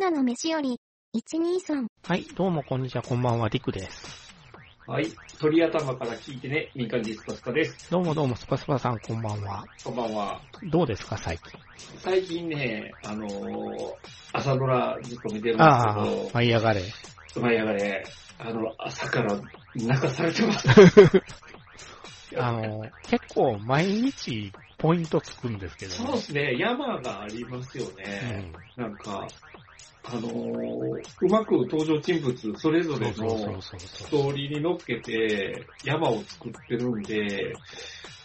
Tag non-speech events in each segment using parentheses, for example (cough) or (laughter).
夜の飯より、123。はい、どうもこんにちは、こんばんは、リクです。はい。鳥頭から聞いてね、民間実ス家です。どうもどうも、スパスパさん、こんばんは。こんばんは。どうですか、最近。最近ね、あのー朝ドラずっと見てるんああで、舞い上がれ。すけど、舞い上がれ、あの、朝から泣かされてます。 (laughs) あの、結構毎日ポイントつくんですけど、そうですね、山がありますよね。なんか、あのーうまく登場人物それうん、ぞそれうそうそのうそうスそトーリーに乗っけて、山を作ってるんで、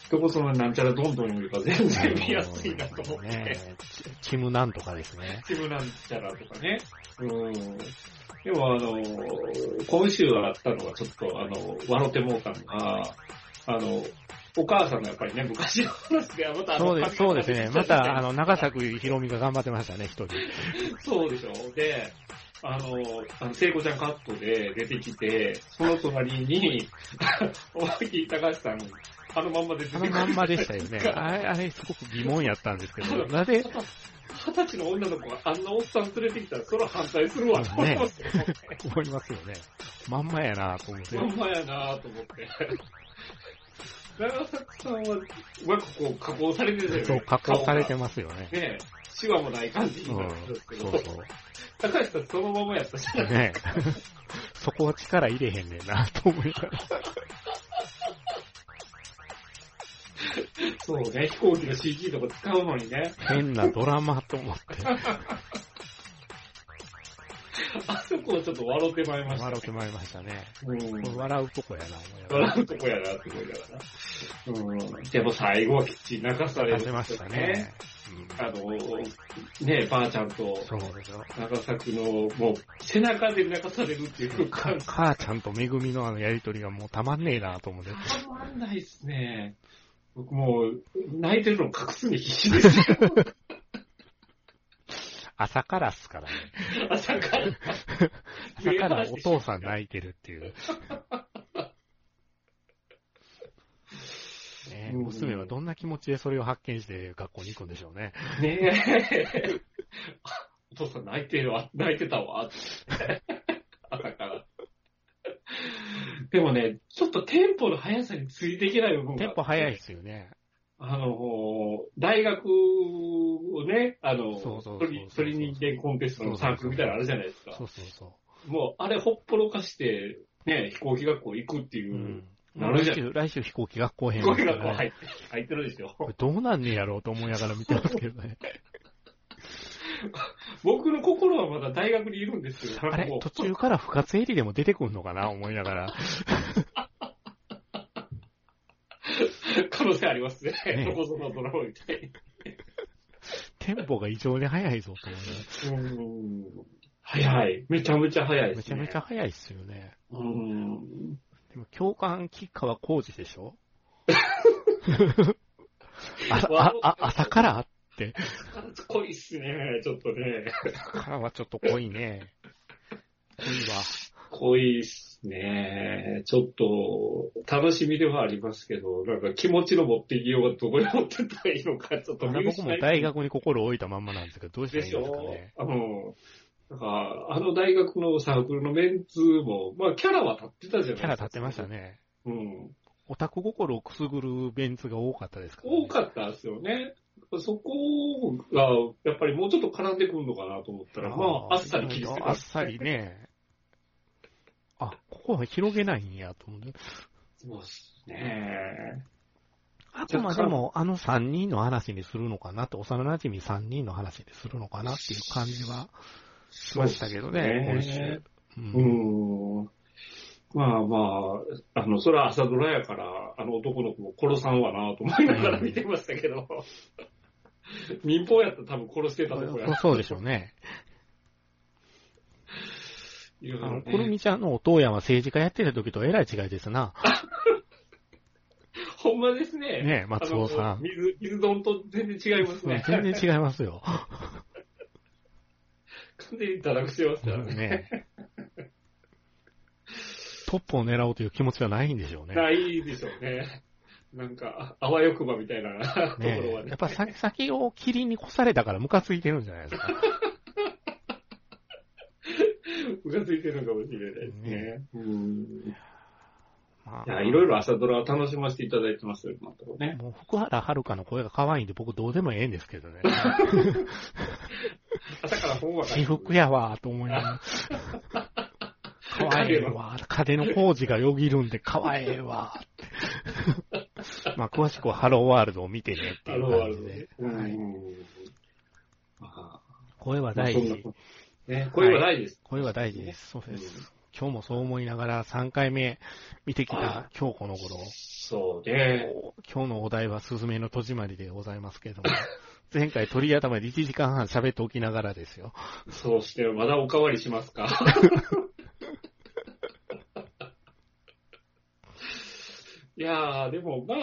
どこそのなんちゃらどんどんよりか全う。然見やすいなと思って。ねチチームなんとかですね。チブなんちゃらとかね。うん。でもあの、今週あったのはちょっとあの、笑ってもうたのが、あの、お母さんがやっぱりね、昔の話がまたあのそうです、そうですね。また、あの、長。髪型作ひろみが頑張ってましたね、一人。にそうでしょ。で、あの、あの聖子ちゃんカットで出てきて、その隣に、 (laughs) おまき高橋さん、あのまんまで出てあくのるまんまでしたよね。あれ、あれ、すごく疑問やったんですけど、なぜ、 (laughs) 二十歳の女の子があんなおっさん連れてきたら、それは反対するわと思いますよ。思いますよね。まんまやなと思って。ほんまやなぁと思って。長作さんは、うまくこう、加工されてたよね。そう、加工されてまますよね。す。ねシワもない感じうん、になってるんですけど、 (laughs) そうそう。高橋さんそのままやったじゃないねそこは力入れへんねんなと思いながら。そうね、飛行機の CG とか使うのにね、変なドラマと思って、あそこをちょっと笑ってまいりました。笑ってまいりましたね。うん。笑うとこやな、思いながら笑うとこやなって思いながらな。うん。でも最後はきっちり泣かされ出るせました。ね。あの、ねばあちゃんとうん、そうですよ。長作の、もう、背中で泣かされるっていうか感じ。母ちゃんとめぐみのあのやりとりがもうたまんねえなと思って。たまんないっすね。僕もう、泣いてるの隠すに必死 (laughs) ですよ。朝からっすからね。朝から。朝からお父さん泣いてるって (laughs) いう。ねえうん娘はどんな気持ちでそれを発見して学校に行くんでしょうね。ねえ。 (laughs) あお父さん泣いてるわ、泣いてたわ。 (laughs) 朝から。でもね、ちょっとテンポの速さについていけない部分が。テンポ早い。ですよね。あの、大学をね、あのそうそうそうそう、鳥鳥人間コンテストのサークルみたいなのあるじゃないですか。そうそうそ。もう、あれほっぽろかして、ね、飛行機学校行くっていうう、うん。なるじゃん来週、来週飛行機学校編飛です行機よね学校入って、入ってるでしょ。これどうなんねやろうと思いながら見てますけど (laughs) ね。僕の心はまだ大学にいるんですよ。あれもう途中から不活エリでも出てくるのかな思いなが (laughs) ら。可能性ありますね。ええどこぞのドラマみたいに。テンポが異常に早いぞと思いなが早い。めちゃめちゃ早いら。でめす、ちゃね。めちゃ早いっすよね。うん。でも共感吉川浩二でし (laughs) ょあああ朝からって。濃いっすね。ちょっとね。朝からはちょっと濃いね。濃いわ。濃いっすね。ちょっと、楽しみではありますけど、なんか気持ちの持っていきようがどこに持ってったらいいのか、ちょっとまだ見僕失もい大学に心を置いたまんまなんですけど、どうしたでらいいんしですかょね。あの、なんか、あの大学のサークルのメンツも、まあキャラは立ってたじゃないですか。キャラ立ってました。ね。うん。オタク心をくすぐるベンツが多かったですから、ね。多かったですよね。そこが、やっぱりもうちょっと絡んでくるのかなと思ったら、まあ、あっさり切り捨てあたっ。さりね。あ、ここは広げないんやと思って。そうですね。あくまでもあの3人の話にするのかなって、幼馴染3人の話にするのかなっていう感じはしましたけどね、そう今ですね週。うんうーん。まあまあ、あの、それは朝ドラやから、あの男の子も殺さんわなと思いながら見てましたけど、民放やったら多分殺してたとこやそう。そうでしょうね。いろいあろの、ねくるみちゃんのお父やんは政治家やってた時とえらい違いですな。 (laughs) ほんまですね。ね松尾さあのん。水、水丼と全然違いますね。全然違いますよ。完全に堕落してますからね。ね (laughs) トップを狙おうという気持ちはないんでしょうね。ないでしょうね。なんか、ああわよくばみたいな (laughs) とこねろはね (laughs) やっ。ぱ先先を霧に越されたからムカついてるんじゃないですか。ムカついてるのかもしれないですね。うん。まいや、いろいろ朝ドラを楽しませていただいてますよ、今のところね。もう福原遥の声が可愛いんで僕どうでもええんですけどね。 (laughs) 朝から本は書い私てる服やわーと思いながら。可愛いわー。風の工事がよぎるんで可愛いわー (laughs) って。まあ詳しくはハローワールドを見てねってあいうの、あ感るじで。はいうん。あ声はあまあ大そんな事こ。とね、声はないです。声は大事です。そうです。今日もそう思いながら3回目見てきた今日この頃。そうね。今日のお題はすずめの戸締まりでございますけれども、前回鳥頭で1時間半喋っておきながらですよ。そうして、まだおかわりします (laughs) か。いやー、でも、まあ、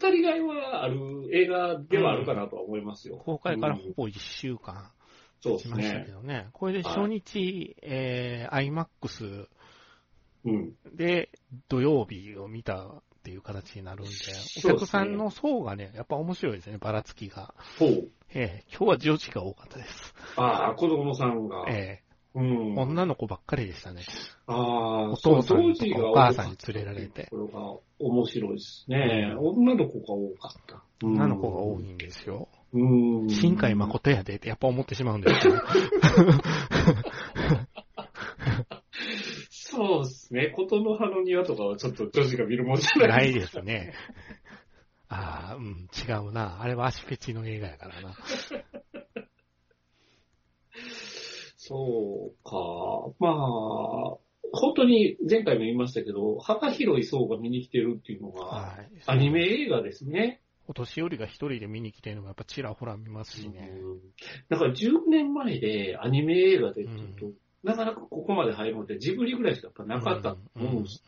語りがいはある映画ではあるかなとは思いますよ。公開からうんほぼ1週間そうでしすましたけね。どね。これで初日、えー、IMAX うん。で土曜日を見たっていう形になるんで、すおね客さんの層がね、やっぱ面白いですね、ばらつきが。ほう。えー、今日は女子が多かったです。ああ、子供さんが。えうん。ー、女の子ばっかりでしたね。ああ、お父さんとそう当時かがお母さんに連れられて。これが面白いですね。女の子が多かった。女の子が多いんですよ。うん。新海誠やでってやっぱ思ってしまうんですけ (laughs) ど。そうですね。琴の葉の庭とかはちょっと女子が見るもんじゃない。ないですね。ああ、うん、違うな。あれは足フェチの映画やからな。そうか。まあ、本当に前回も言いましたけど、幅広い層が見に来てるっていうのが、はい。アニメ映画ですね。お年寄りが一人で見に来てるのがやっぱちらほら見ますしね。うんだから10年前でアニメ映画でっていうと、うなかなかここまで入るのってジブリぐらいしかやっぱなかったとうん。う思うんんです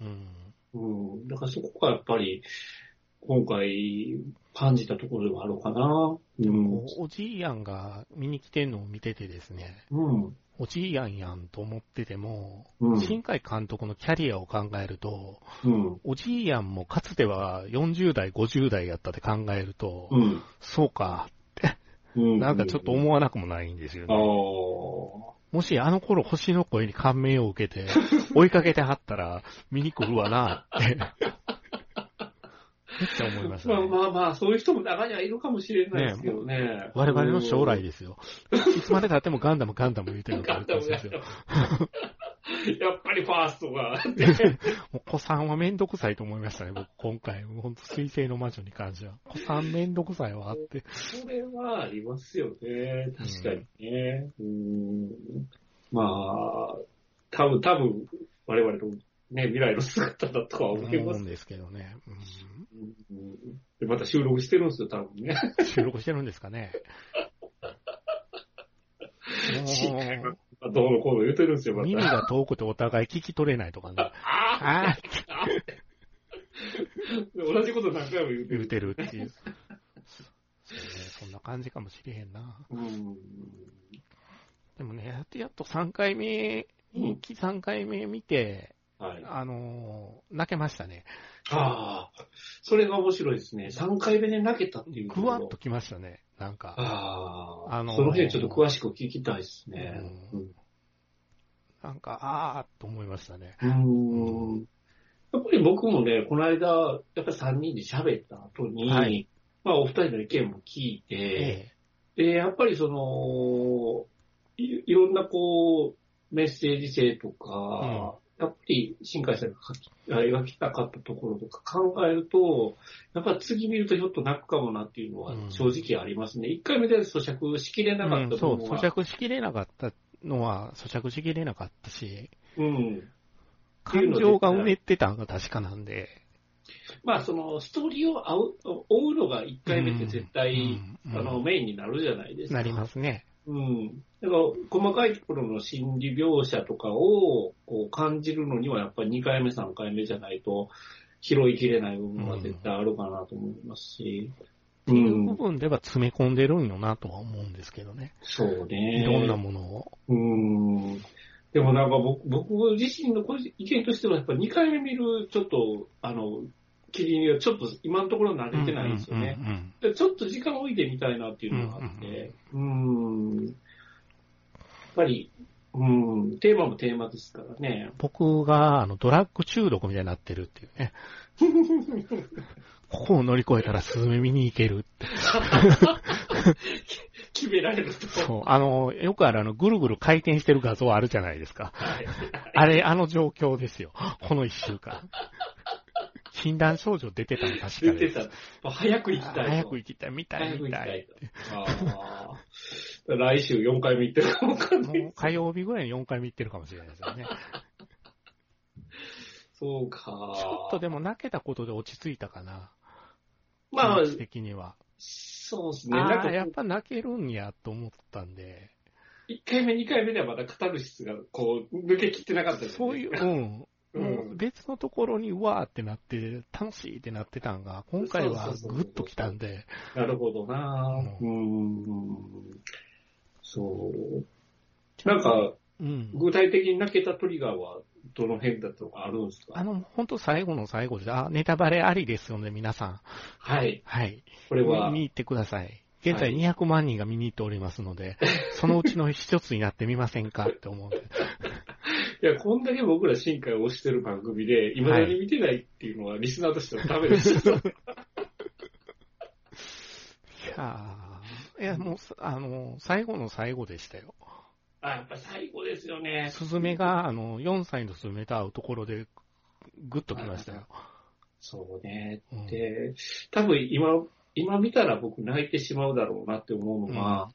うん。だからそこがやっぱり、今回感じたところではあるのかな。でうんもこうおじいやんが見に来てんのを見ててですね、うん。おじいやんやんと思ってても、うん。新海監督のキャリアを考えると、うん。おじいやんもかつては40代、50代やったって考えると、うん。そうか、うん。なんかちょっと思わなくもないんですよね。ああ。もしあの頃星の声に感銘を受けて、 (laughs) 追いかけてはったら、見に来るわなって。めっちゃ思いましたまあね。まあまあ、そういう人も中にはいるかもしれないですけどね。我々の将来す。ですよ。いつまで経ってもガンダムガンダム言うてるのかガもンしれなダムいだですよよ。やっぱりファーストが。もう子さんはめんどくさいと思いましたね、僕今回。ほんと水星の魔女に関しては。子さんめんどくさいわって。それはありますよね。確かにね。うん。まあ、多分、多分、我々のね、未来の姿だとは思思いまうすんですけどね。うんで、また収録してるんですよ、多分ね。うん収録してるんですか (laughs) ね。もどうのこうの言うてるんですよ、うま耳た。が遠くてお互い聞き取れないとかね。あ (laughs) あああ同じこと何回も言うて言うる。てるっていう。そうねそんな感じかもしれへんな。うん。でもね、やっとやっと3回目、うん人気3回目見て、はい。ああのー泣けましたね。あ、それが面白いですね。3回目で泣けたっていうとこぐろ。わっときましたね、なんか。ああ、あのーその辺ちょっと詳しく聞きたいですね。なんか、あーっと思いましたね。うん。うんやっぱり僕もね、この間、やっぱり3人で喋った後に、はいまあお二人の意見も聞いて、えで、やっぱりその、いいろんなこう、メッセージ性とか、やっぱり新海さんが描き描きたかったところとか考えると、やっぱ次見るとひょっと泣くかもなっていうのはうん正直ありますね。一、回目で咀嚼しきれえなかっうたんそう、部分咀は、嚼しきれなかったのは、咀嚼しきれなかったし、うん、ていう感ので情が埋めてたのが確かなんで。まあそのストーリーを追う追うのが一回目って絶対、うんあの、メインになるじゃないですか。なりますね。うん。だから、細かいところの心理描写とかをこう感じるのには、やっぱり2回目、3回目じゃないと、拾いきれない部分は絶対あるかなと思いますし。うっていう部ん。分では詰め込んでるんよなとは思うんですけどね。そうね。いろんなものを。うん。でもなんか僕僕自身の個人意見としては、やっぱ2回目見る、ちょっと、あの、切りにはちょっと今のところ慣れてないんですよね。うんうんうんでちょっと時間置いてみたいなっていうのがあって、うーん。やっぱり、ううん、テーマもテーマですからね。僕が、あの、ドラッグ中毒みたいになってるって (laughs) いうね。ここを乗り越えたらスズメ見に行けるっ (laughs) て。決められると。そう。あの、よくあるあの、ぐるぐる回転してる画像あるじゃないですか。はい。あれ、あの状況ですよ。この一週 (laughs) 間。診断症状出てたの確か言に。ってた。もう早く行きたいと。早く行きたい。見た早い、く見行きたたいい。と。ああ。来週4回目行ってるかもわかんない。もう火曜日ぐらいに4回目行ってるかもしれないです (laughs) よね。そうか。ちちょっとでも泣けたことで落ち着いたかな。まあ気持、ち的には。そうですね。なんあかあ、やっぱ泣けるんやと思ったんで。一回目、二回目ではまだカタルシスが、こう、抜けきってなかったですねそういう、うん。うんもう別のところにうわーってなって、楽しいってなってたんが、今回はグッときたんで、なるほどなぁ。ううん。そう。なんか、うん。具体的に泣けたトリガーは、どの辺だとかあるんですあかの、ほんと最後の最後で、あ、ネタバレありですよね、皆さん。はい。はい。こ見れは、に行ってください。現在はい200万人が見に行っておりますの (laughs) で、そのうちの一つになってみませんかって思うんで。いや、こんだけ僕ら進化を推してる番組で、未だに見てないっていうのは、リスナーとしてはダメです。 (laughs) いやーいや、もう、あの、最後の最後でしたよ。あ、やっぱ最後ですよね。スズメが、あの、4歳のスズメと会うところで、グッときましたよ。そうね。うんで、多分今、今見たら僕泣いてしまうだろうなって思うのは、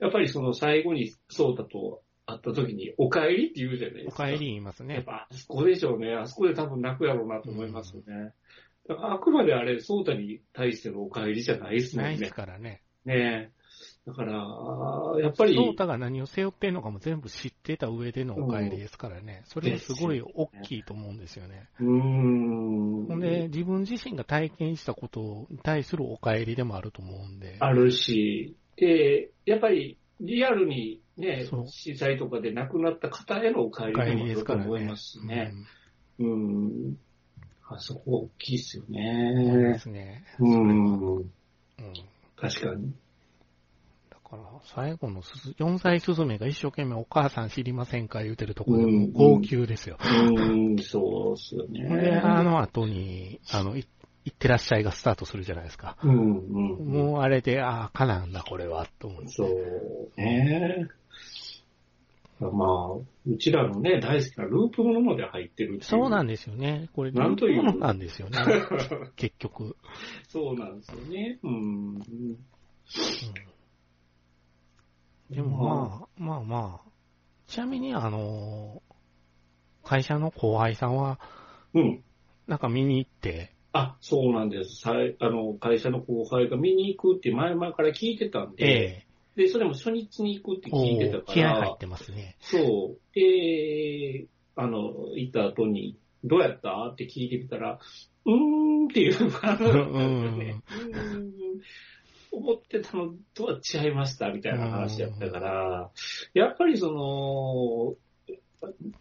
やっぱりその最後にそうだと会った時に、お帰りって言うじゃないでおすか。帰り言いますね。やっぱあそこでしょうね。あそこで多分泣くやろうなと思いますよね。だからあくまであれ、ソータに対してのお帰りじゃないですもんないでねす。からね。ねだから、やっソぱり、ータが何を背負ってるのかも全部知ってた上でのお帰りですからね。それがすごい大きいと思うんですよね。うーん。ほんで、自分自身が体験したことに対するお帰りでもあると思うんで。あるし、で、やっぱりリアルにねそ、う震災とかで亡くなった方へのお帰おり帰りもあでするとから思いね。ますしね。うんうん。あそこ大きいですよそうでね。すね。うん。うん確かに。だから、最後のすず、4歳すずめが一生懸命お母さん知りませんか言うてるところでもう号泣ですよ。うん、そうですほよんで、ね。あの後に、あの、いいってらっしゃいがスタートするじゃないですか。うん、うん。もうあれで、ああ、かなんだ、これは、と思うんですそうね。まあ、うちらのね、大好きなループものまで入ってるっていう。そうなんんですよね。これ、なんといルうープものなんですよ (laughs) ね。結局。そうなんですよね。うん。うんでもまあ、まあまあ。ちなみに、あのー会社の後輩さんは、うん。なんか見に行って、あ、そうなんです。さいあの会社の後輩が見に行くって前々から聞いてたんで、えで、それも初日に行くっえてお聞いてたーか気合入らっ、てますね。そう。で、あの、行った後に、どうやったって聞いてみたら、うーんっていう感じだったんですよね。うーん思ってたのとは違いましたみたいな話やったから、やっぱりその、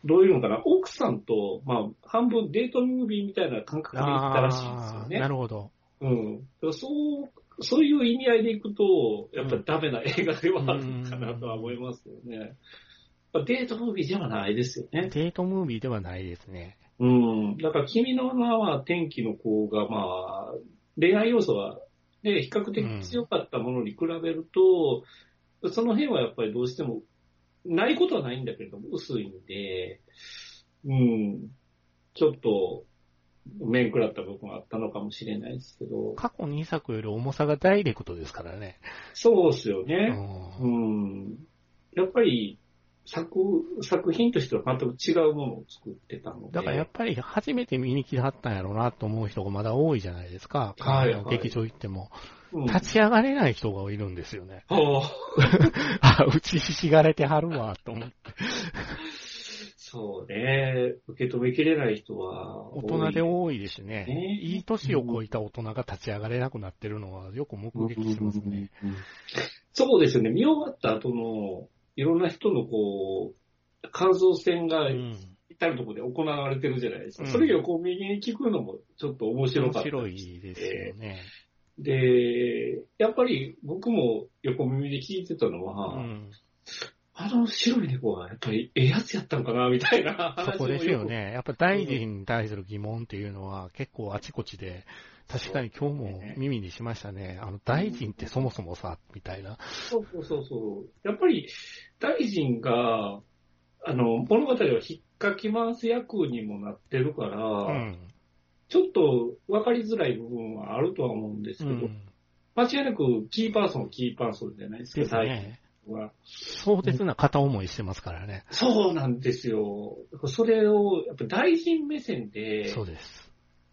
どういうのかな、奥さんと、まあ、半分デートムービーみたいな感覚で行ったらしいんですよああ、ね。なるほど。うん。だからそう、そういう意味合いでいくと、やっぱりダメな映画ではあるのかなとは思いますよね。まあデートムービーではないですよデね。ートムービーではないですね。うん。だから、君の名は天気の子が、まあ、恋愛要素は、ね、比較的強かったものに比べると、その辺はやっぱりどうしても、ないことはないんだけれども、薄いんで、うん。ちょっと、面食らった部分はあったのかもしれないですけど、過去2作より重さがダイレクトですからね。そうですよね。うんうん。やっぱり作、作品としては全く違うものを作ってたので。だからやっぱり初めて見に来はったんやろうなと思う人がまだ多いじゃないですか。はいあの劇場行っても。うん、立ち上がれない人がいるんですよ (laughs) ね。はああ、うちひしがれてはるわ、と思って。そうね。受け止めきれない人は大人で多い多いですね。ねいい年を超えた大人が立ち上がれなくなってるのはよく目撃しますね。うんそうですよね。見終わった後の、いろんな人のこう、感想戦うがん。至るところで行われてるじゃないですか。うんそれをこう右に聞くのもちょっと面白面かった。白いですよね。で、やっぱり僕も横耳で聞いてたのうは、ん。あの白い猫はやっぱりええやつやったのかな、みた (laughs) いな話をそこですよ。ね。やっぱ大臣に対する疑問っていうのは結構あちこちで、確かに今日も耳にしましたね。あの、大臣ってそもそもさ、みたいな。そうそうそうそう。やっぱり大臣が、あの、物語を引っかき回す役にもなってるから、うん。ちょっと分かりづらい部分はあるとは思うんですうけど、ん。間違いなくキーパーソン、キーパーソンじゃないですか、です大ね。臣は。壮絶な片思いしてますからね。そうなんですよ。それを、やっぱ大臣目線で、そうです。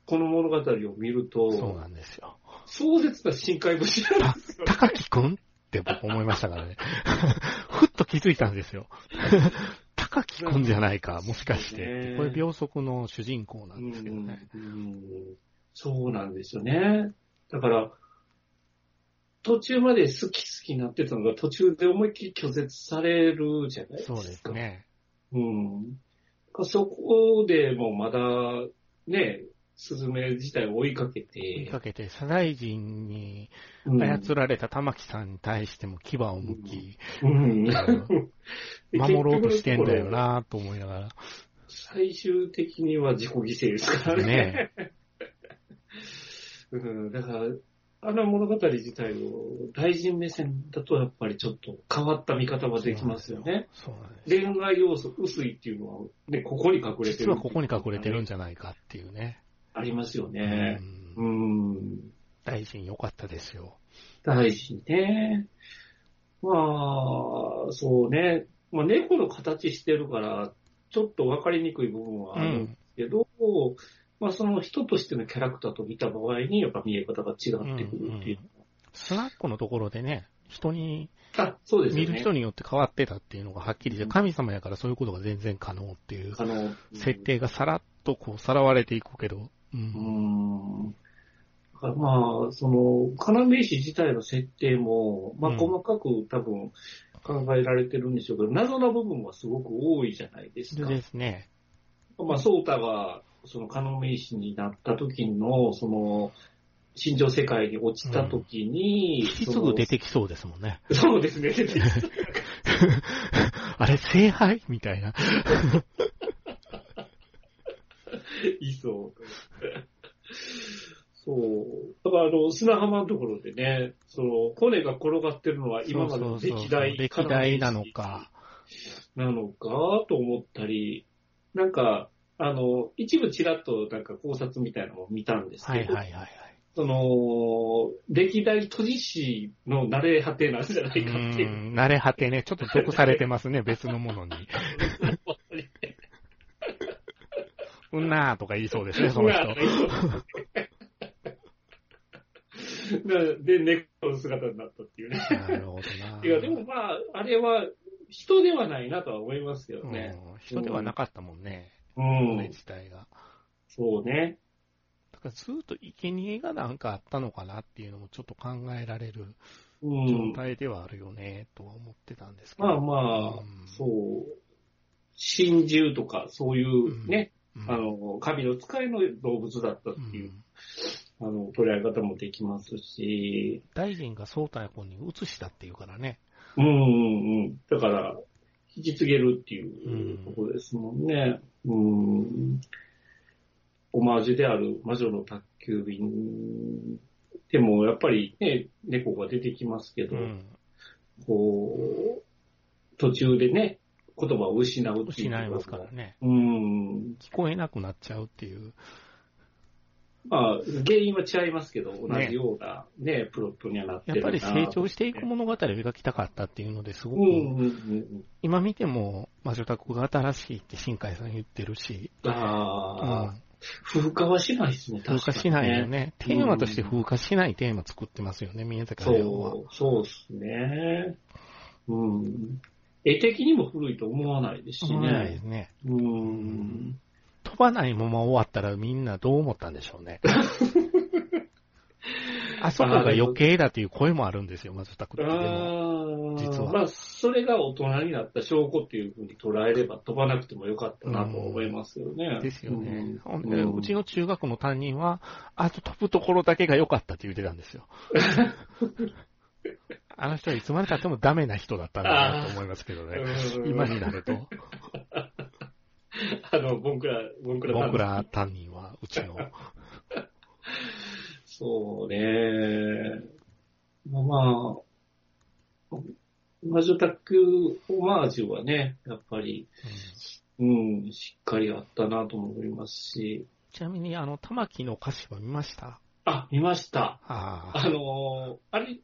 この物語を見るそうと、なんですよ。壮絶な深海節なんですよ。高木くんって僕思いましたからね。 (laughs) ふっと気づいたんですよ。 (laughs) 高木くんじゃないか、もしかしてって。これ秒速の主人公なんですけどね。うんうんそうなんですよね。だから、途中まで好き好きになってたのが途中で思いっきり拒絶されるじゃないですそか。うですね。うん。そこでもまだ、ね、スズメ自体を追いかけて、追いかけて、社大臣にうん操られた玉木さんに対しても牙を向き、うん守ろうとしてんだよ。なと思いなが最終的には自己犠牲ですからら。ね。ね (laughs) うん、だから、あの物語自体を大臣目線だとやっぱりちょっと変わった見方ができますよね。。そうなんですよ。恋愛要素薄いっていうのは、ね、ここに隠れてる。実はここに隠れてるんじゃないかっていうね。ありますよねう。うんん。大臣良かったですよ。大事ね。まあ、そうね。まあ、猫の形してるから、ちょっとわかりにくい部分はうあるんでん。すけど、まあ、その人としてのキャラクターと見た場合に、やっぱ見え方が違ってくるっていう。スナックのところでね、人に、あ、そうです見よね。る人によって変わってたっていうのがはっきりして、神様やからそういうことが全然可能っていう、あの、設定がさらっとこう、さらわれていくけど、う。うんん。だからまあ、その、要石自体の設定も、まうあ、ん細かく多分考えられてるんでしょうけど、謎な部分はすごく多いじゃないですか。ですね。まあ、ソータが、その、カノメイシになった時の、その、心情世界に落ちた時に、すそぐの出てきそうですもんね。 (laughs) そうですね、出てきた。あれ、聖杯みたいな。いそう。そう。だから、あの、砂浜のところでね、その、コネが転がってるのは今までのそうそうそう歴代歴代なのか。なのかと思ったり、なんか、あの、一部ちらっとなんか考察みたいなのを見たんですはけいど、はいはいはい。その、歴代都知事の慣れ果てなんじゃなういかっていう。ん、慣れ果てね、ちょっと属されてますね、別のも (laughs) のに。うんなーとか言いそうですね、その (laughs) 人。で、猫の姿になったっていうね。なるほどな。いや、でもまあ、あれは人ではないなとは思いますけどうん、ね。人ではなかったもんね、うん。これ自体が。そうね。だからずっと生贄がなんかあったのかなっていうのもちょっと考えられるう状ん。態ではあるよね、とは思ってたんですけど。まあまあ、そう。真獣とか、そういううね、んあ、の、神の使いの動物だったっうていう、んあの、捉え方もできますし、大臣が総太君に移したっていうからね。うんうんうん。だから、引き継げるっていうところですもんね。うん。オマージュである魔女の宅急便でも、やっぱりね、猫が出てきますけど、うんこう、途中でね、言葉を失うっていう。失いますから。ね。うん。聞こえなくなっちゃうっていう。まあ、原因は違いますけど、同じようなね、プロットにはなってやっるぱなり成長していく物語を描きたかったっていうのですごうんく、うんうん今見ても、魔女宅が新しいって新海さん言ってるし、うん。ああ、うん風化はしないですね、風化しないよね。ね。テーマとして風化しないテーマ作ってますよね、宮崎駿は。そう、そうですね。うん。絵的にも古いと思わないですし思わないでねす。ね。うん。飛ばないまま終わったらみんなどう思ったんでしょう (laughs) ね。あそこが余計だという声もあるんですよ、魔女宅ってでも。ああ、実はまあ、それが大人になった証拠っていうふうに捉えれば飛ばなくてもよかったなと思いますよね。ですよね。うほんんで、うちの中学の担 (laughs) 任は、あと飛ぶところだけが良かったって言ってたんですよ。あの人はいつまで経ってもダメな人だったんだなと思いますけどね。うん今になると、 (laughs) あの、ボンクラ、ボンクラさん (laughs) 僕ら担任はうちの、そうね。まあまあ、魔女タックオマージュはね、やっぱり、うん、しっかりあったなとも思いますし、ちなみに、あの、玉木の歌詞は見ましたあ、見ました。ああのーあれ、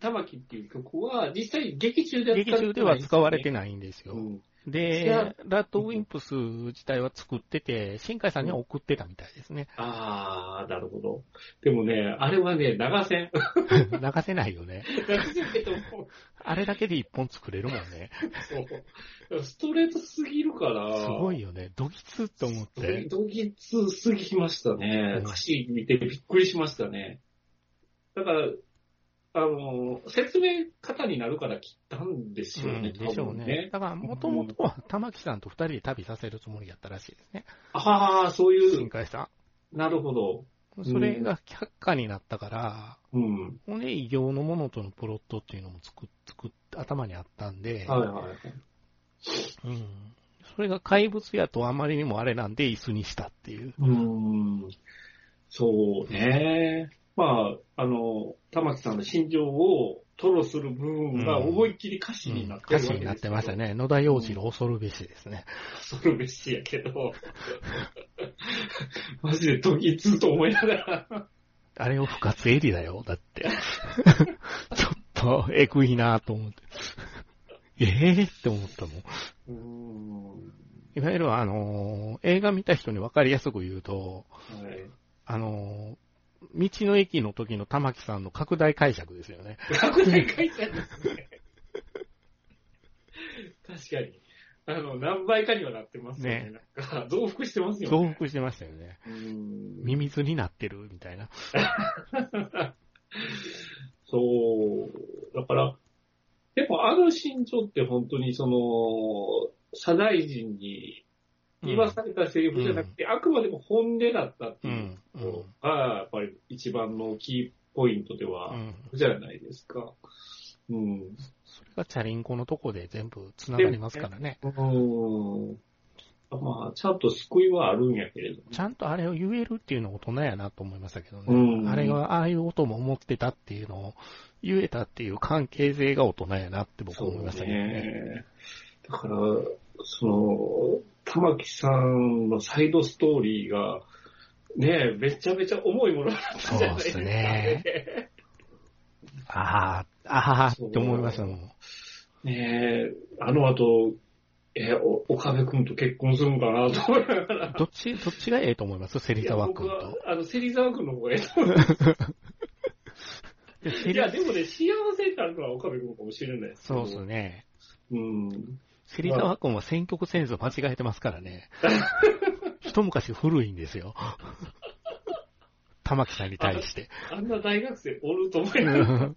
玉木っていう曲は、実際劇中でやった劇中では使われてないないんですでよ。すよね。いでや、ラッドウィンプス自体は作ってて、新海さんには送ってたみたいです (laughs) ね。あー、なるほど。でもね、あれはね、(laughs) 長線。流せないよね。長線けども、あれだけで一本作れるもんね。そう。ストレートすぎるから。すごいよね。ドギツと思って。ドギツすぎましたねう。ん歌詞見てびっくりしましたね。だから、あの、説明方になるから切ったんですうよね、ん、でしょう多分ね。ね。だから、もともとは玉木さんと二人で旅させるつもりやったらしいですね。ああ、そうい新う、海さなるほど。ん。それが却下になったから、うん。ほんで、異形のものとのプロットっていうのも作っ、作っ、頭にあったんで、はいはい。うん。それが怪物やとあまりにもあれなんで椅子にしたっていう。うーん。そうね。まあ、あの、玉木さんの心情を吐露する部分が思いっきり歌詞になって歌るわ詞けですよになってましたね。野田洋次郎恐るべしですね。恐るべしやけど、 (laughs) マジでドギツと思いながら、あれを不活エリだよ、だって。 (laughs) ちょっと、えぐいなと思って。 (laughs) ええー、って思ったもん。うーんいわゆるあのー映画見た人に分かりやすく言うと、はい、あのー道の駅の時の玉木さんの拡大解釈ですよね。拡大解釈ですね。確かに。あの、何倍かにはなってますよね。なんか、増幅してますよね。増幅してましたよね。うーんミミズになってる、みたいな。そう。だから、でもあの心情って本当にその、社大人に言わされたセリフじゃなくて、あくまでも本音だったってういう。ん。うん。が、やっぱり一番のキーポイントでうは、ん。じゃないですか。うん。うそれがチャリンコのとこで全部繋がりますからね。ん。まあ、ちゃんと救いはあるんやけれども。ちゃんとあれを言えるっていうのは大人やなと思いましたけどね。うんあれが、ああいう音も思ってたっていうのを言えたっていう関係性が大人やなって僕そう思いましたけどね。ね。だから、その、玉木さんのサイドストーリーが、ねえ、めちゃめちゃ重いものだったじゃないですか、そうっすね。ああ、ああって思いましたもん。ねえ、あの後、えお岡部君と結婚するんかなと思いながら。どっち、どっちがええと思います芹沢君いやと僕。はあの、芹沢君の方がええと思うでいや、芹でもね、幸せになるのは岡部君かもしれないですけそどうですね。うん。芹沢君は選曲センス間違えてますからね。一昔古いんです (laughs) よ。玉木さんに対して。あんな大学生おると思いながら。う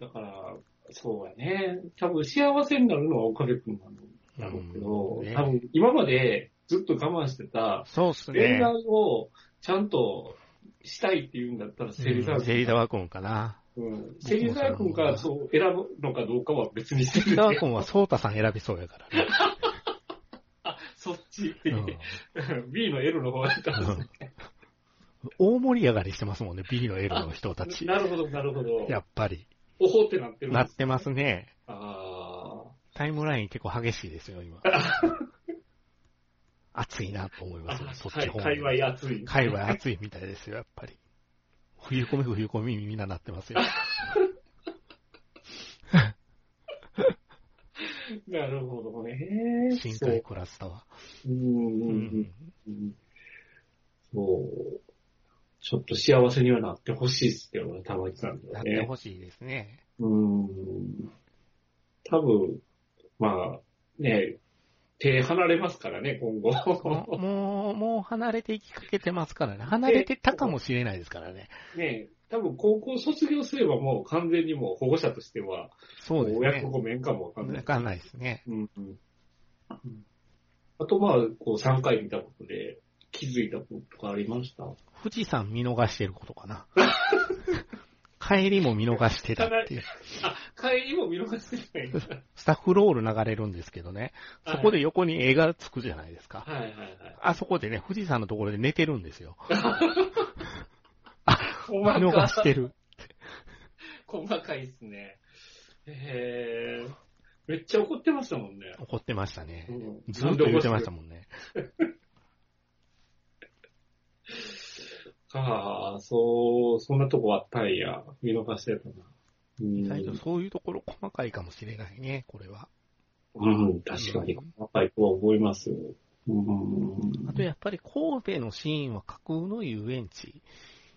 だから、そうやね。多分幸せになるのは岡部君なんだろうけど、うんね多分今までずっと我慢してたそうっすね恋。愛をちゃんとしたいっていうんだったら芹沢セリ君。ダワコンか (laughs) な。うん芹沢君がそう選ぶのかどうかは別にしてセリるねダワコンはソータさん選びそうやからね。そっち、うん B の L の方だったんですね (laughs) 大盛り上がりしてますもんね、B の L の人たち。なるほど、なるほど。やっぱり。おほってなってるんなでっす。てますね。ああ。タイムライン結構激しいですよ、 (laughs) 今。熱いなと思いますよ、そっはちい方界面。隈熱い。界隈熱いみたいですよ、やっぱり。冬込み冬込みみんななって (laughs) ますよ。 (laughs) なるほどね。深海クラスターは。そう。うんううんんうん。そう。ちょっと幸せにはなってほしいっすけどね、玉木さんになはってね。ほしいですね。うん。多分、まあ、ね、手離れますからね、今もう後。もう、もう離れていきかけてますからね。離れてたかもしれないですからね。 (laughs) ね、多分高校卒業すればもう完全にもう保護者としては、そうです親ね子。ごめんかもわかんないわ。かんないですね。うんうんあと、まあ、こう、3回見たことで、気づいたこととかありました富士山見逃してることかな。帰りも見逃してたっていう。あ、帰りも見逃して (laughs) ないんだ。スタッフロール流れるんですけどね。そこで横に映画つくじゃないですか。はいはいはい。あそこでね、富士山のところで寝てるんですよ。見細逃してる。細かいっすね。へえ。めっちゃ怒ってましたもんね。怒ってましたね。うんずっと言ってましたもんね。ああ、そう、そんなとこあったんや。見逃してたな。うん意外とそういうところ細かいかもしれないね、これは。うん、確かに。細かいとは思います。うん。あとやっぱり神戸のシーンは架空の遊園地。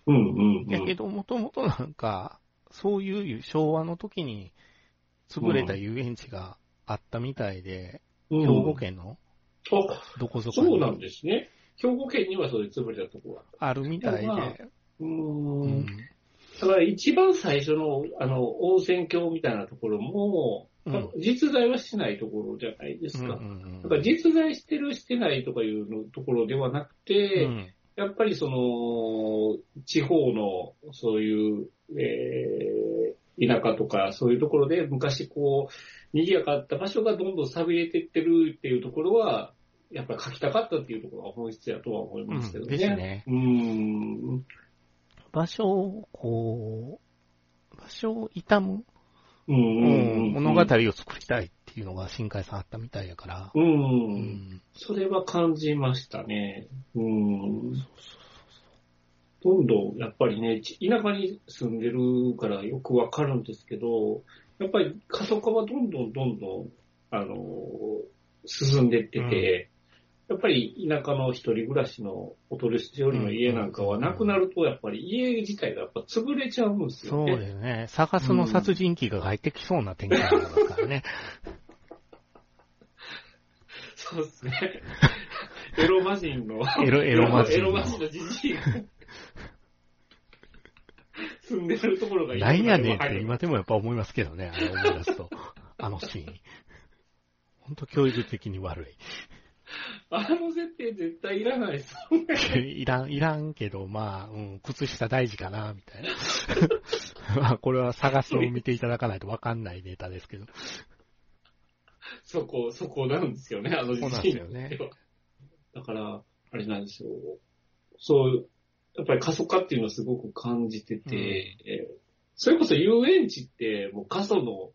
うんうん、うん。やけど、もともとなんか、そういう昭和の時に潰れた遊園地があったみたいで、うん、兵庫県のあ、どこそこそうなんにですね。兵庫県にはそれ潰れたとこがあった。あるみたいで、ううんん。ただ一番最初の、あの、温泉郷みたいなところも、うん実在はしないところじゃないですうんうか。んだから実在してるしてないとかいうのところではなくて、うんやっぱりその、地方のそういう、えー田舎とかそういうところで昔こう、賑やかだった場所がどんどん錆びれてってるっていうところは、やっぱり書きたかったっていうところが本質やとは思いますけどね。うんですねうーん。場所を、こう、場所を傷む、うんうんうん。物語を作りたいっていうのが新海さんあったみたいやから、う。うんんそれは感じましたね。うん。どんどんやっぱりね、ち田舎に住んでるからよくわかるんですけど、やっぱり過疎化はどんどんどんどん、あの、進んでってて、やっぱり田舎の一人暮らしのお年寄りの家なんかはなくなると、やっぱり家自体がやっぱ潰れちゃうんですそようね。ですね。サカスの殺人鬼が入ってきそうな展開になりますから (laughs) ね。そうですね。 (laughs) エロ魔人の。エロ、エロマジエロマジのじじいが。住んでるところがなんやねんって今でもやっぱ思いますけどね、あれ思い出すと。あのシーン。ほんと教育的に悪い。あの設定絶対いらないですもん (laughs) ね。いらん、いらんけど、まあ、うん、靴下大事かな、みた (laughs) いな。まあ、これは探すを見ていただかないとわかんないデータですけど。そこ、そこなんですよね、あのじそうなんじでいすよね。だから、あれなんですよ。そう、やっぱり過疎化っていうのをすごく感じてて、うんえーそれこそ遊園地ってもう過疎の、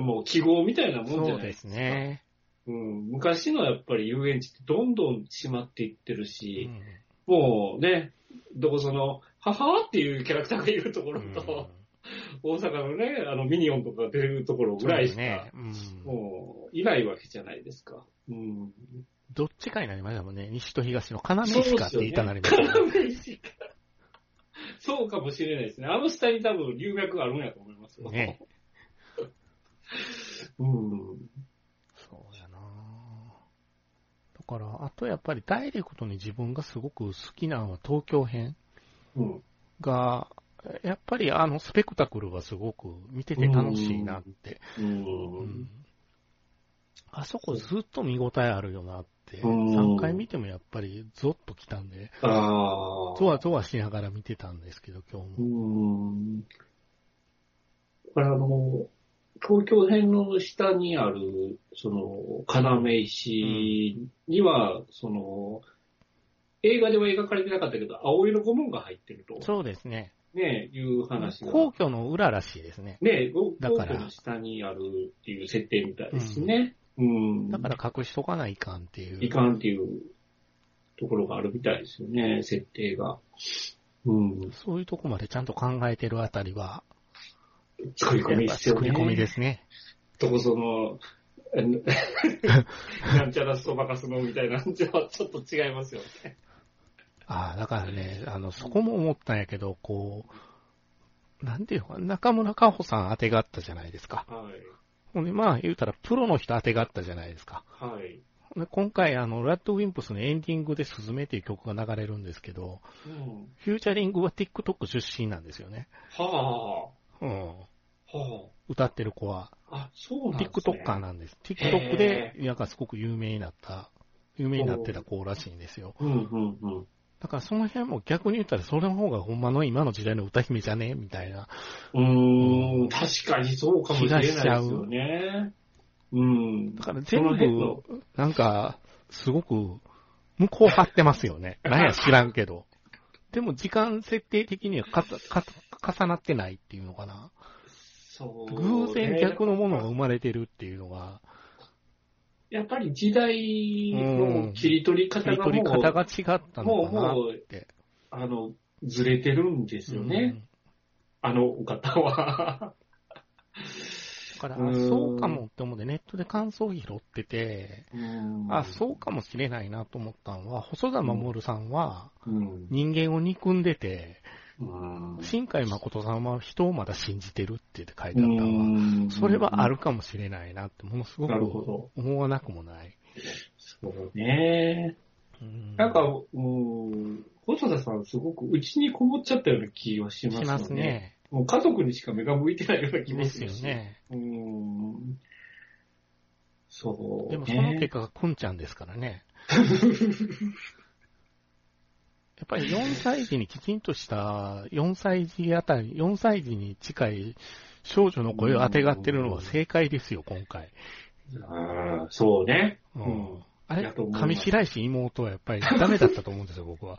もう記号みたいなもんじそゃうないでですすか。ね。うん、昔のやっぱり遊園地ってどんどん閉まっていってるし、うんもうね、どこその、母っていうキャラクターがいるところと、大阪のね、あのミニオンとか出るところぐらいしか、ね。うんもう、いないわけじゃないですか。うん。どっちかになりましたもんね。西と東の要石かって言いたなりましたね。そうかもしれないですね。あの下に多分留学があるんやと思いますよね。うん。そうやなだから、あとやっぱりダイレクトに自分がすごく好きなのは東京編うん。が、やっぱりあのスペクタクルはすごく見てて楽しいなって。ううんん。あそこずっと見応えあるよなって。うん3回見てもやっぱりゾッときたんで、ああ。ゾワゾワしながら見てたんですけど、今日うーも。ん。これあの、東京編の下にある、その、要石には、その、映画では描かれてなかったけど、青色顧問が入ってると、そうですね。ね、いう話が。皇居の裏らしいですね。ね、皇だから居の下にあるっていう設定みたいですね。うん。だから隠しとかないかんっていう。いかんっていうところがあるみたいですよね、設定が。うん。そういうとこまでちゃんと考えてるあたりは、作り込やっみぱ必要作ね。り込みですね。どこその、あの (laughs) なんちゃらそばかすのみたいなんじゃちょっと違いますよね。ああ、だからね、あの、そこも思ったんやけど、こう、なんていうのかな、中村かほさん当てがあったじゃないですか。はい。ほんで、まあ、言うたら、プロの人当てがあったじゃないですか。はい。ほんで、今回、あの、ラッドウィンプスのエンディングでスズメっていう曲が流れるんですけど、うん。フューチャリングは TikTok 出身なんですよね。はうん。あ。は歌ってる子は、あ。あ、そうなんですね。 TikToker なんです。TikTok で、なんかすごく有名になった、有名になってた子らしいんですよ。うん、うん、うん。だからその辺も逆に言ったら、それの方がほんまの今の時代の歌姫じゃねみたいな。うーん、確かにそうかもしれないですよね。うん。だから全その辺の部、なんか、すごく、向こう張ってますよ (laughs) ね。なんや知らんけど。でも時間設定的にはかさかさ重なってないっていうのかな。そう、偶然逆のものが生まれてるっていうのが、やっぱり時代の切り取り切方りがもう、取り方が違ったのもう、かなもっう、て。あの、ずれてるんですよね。うんあのお方は。だから、うあんそうかもって思って、ネットで感想を拾ってて、あ、そうかもしれないなと思ったのは、細田守さんはうん。人間を憎んでて、うん。新海誠さんは人をまだ信じてるって書いてあったのは、うんそれはあ。るかもしれないなって、ものすごなるほどく思わなくもない。そうね。うんなんか、うん、細田さんすごくうちにこもっちゃったような気がしますよしね。ますね。もう家族にしか目が向いてないような気もですするよし。。ね。うん。そう、ね。でもその結果がくんちゃんですから (laughs) ね。やっぱり4歳児にきちんとした、4歳児あたり、4歳児に近い少女の声をあてがってるのは正解ですよ、今回。あーそうね。ううんん。あれだと思い、ます上白石妹はやっぱりダメだったと思うんですよ、僕は。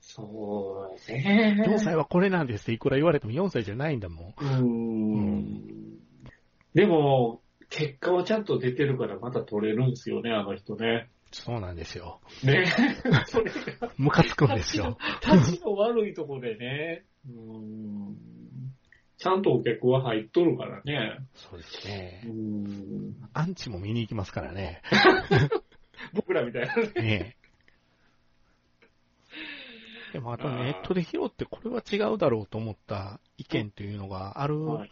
そうね。 4歳はこれなんですっていくら言われても4歳じゃないんだもん。うーんでも、結果はちゃんと出てるからまた取れるんですよね、あの人ね。そうなんですよ。 (laughs) ね。それが、ムカつくんですよ。 (laughs) 立ちの悪いとこでね。うーん。ちゃんとお客は入っとるからね。そうですうーね。ん。アンチも見に行きますからね。僕らみたいなね。ねえ。でもあとネットで拾ってこれは違うだろうと思った意見というのがある、はい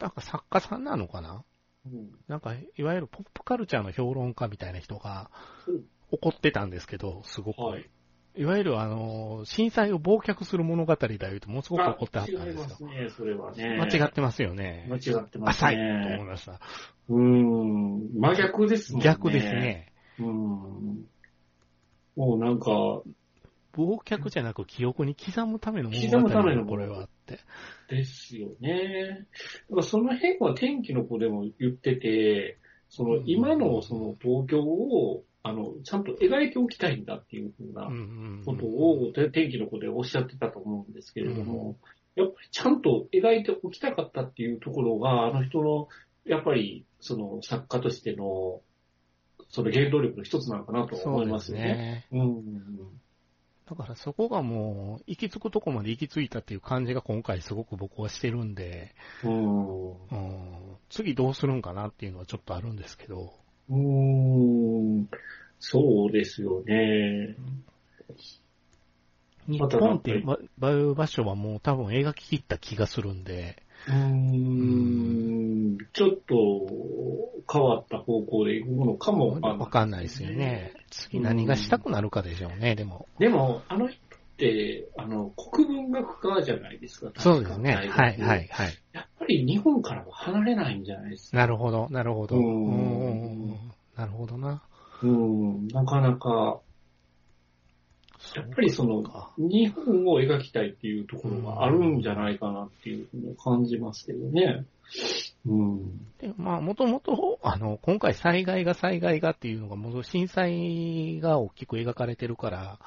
なんか作家さんなのかなうんなんかいわゆるポップカルチャーの評論家みたいな人がうん怒ってたんですけど、すごく。はいい、わゆるあの、震災を忘却する物語だよってものすごく怒ってあったん違でいますよす。ね、それはね。間違ってますよね。間違ってます浅いと思いね。ました。うーん。真逆ですもんね。逆です。ね。うーん。もうなんか、忘却じゃなく記憶に刻むための物刻語むためだのよ、これはって。ですよね。だからその辺は天気の子でも言ってて、その今のその東京を、あの、ちゃんと描いておきたいんだっていうふうなうんうんうこんとをて天気の子でおっしゃってたと思うんですけれども、やっぱりちゃんと描いておきたかったっていうところが、あの人の、やっぱりその作家としての、その原動力の一つなのかなとそ思ういでますすよね。ね。うんうんだからそこがもう、行き着くとこまで行き着いたっていう感じが今回すごく僕はしてるんで、うん。うんうん、次どうするんかなっていうのはちょっとあるんですけど、うーん、そうですよね。日またな本っんかていうば場所はもう多分描き切った気がするんで、うーん、ちょっと変わった方向で行くものかもわかんなわい。かんないですよね。次何がしたくなるかでしょうね、でも。でも、あの人って、あの、国文学家じゃないですか。確かそうですね。大学はい、はい、はい。やっぱり日本からは離れないんじゃないですか。なるほど、なるほど。ううんんうんうんなるほどな。うん、なかなか、やっぱりそのうか日本を描きたいっていうところがあるんじゃないかなっていうふうに感じますけどね。うん。で、まあ、もともと、あの、今回災害が災害がっていうのが、もう震災が大きく描かれてるから、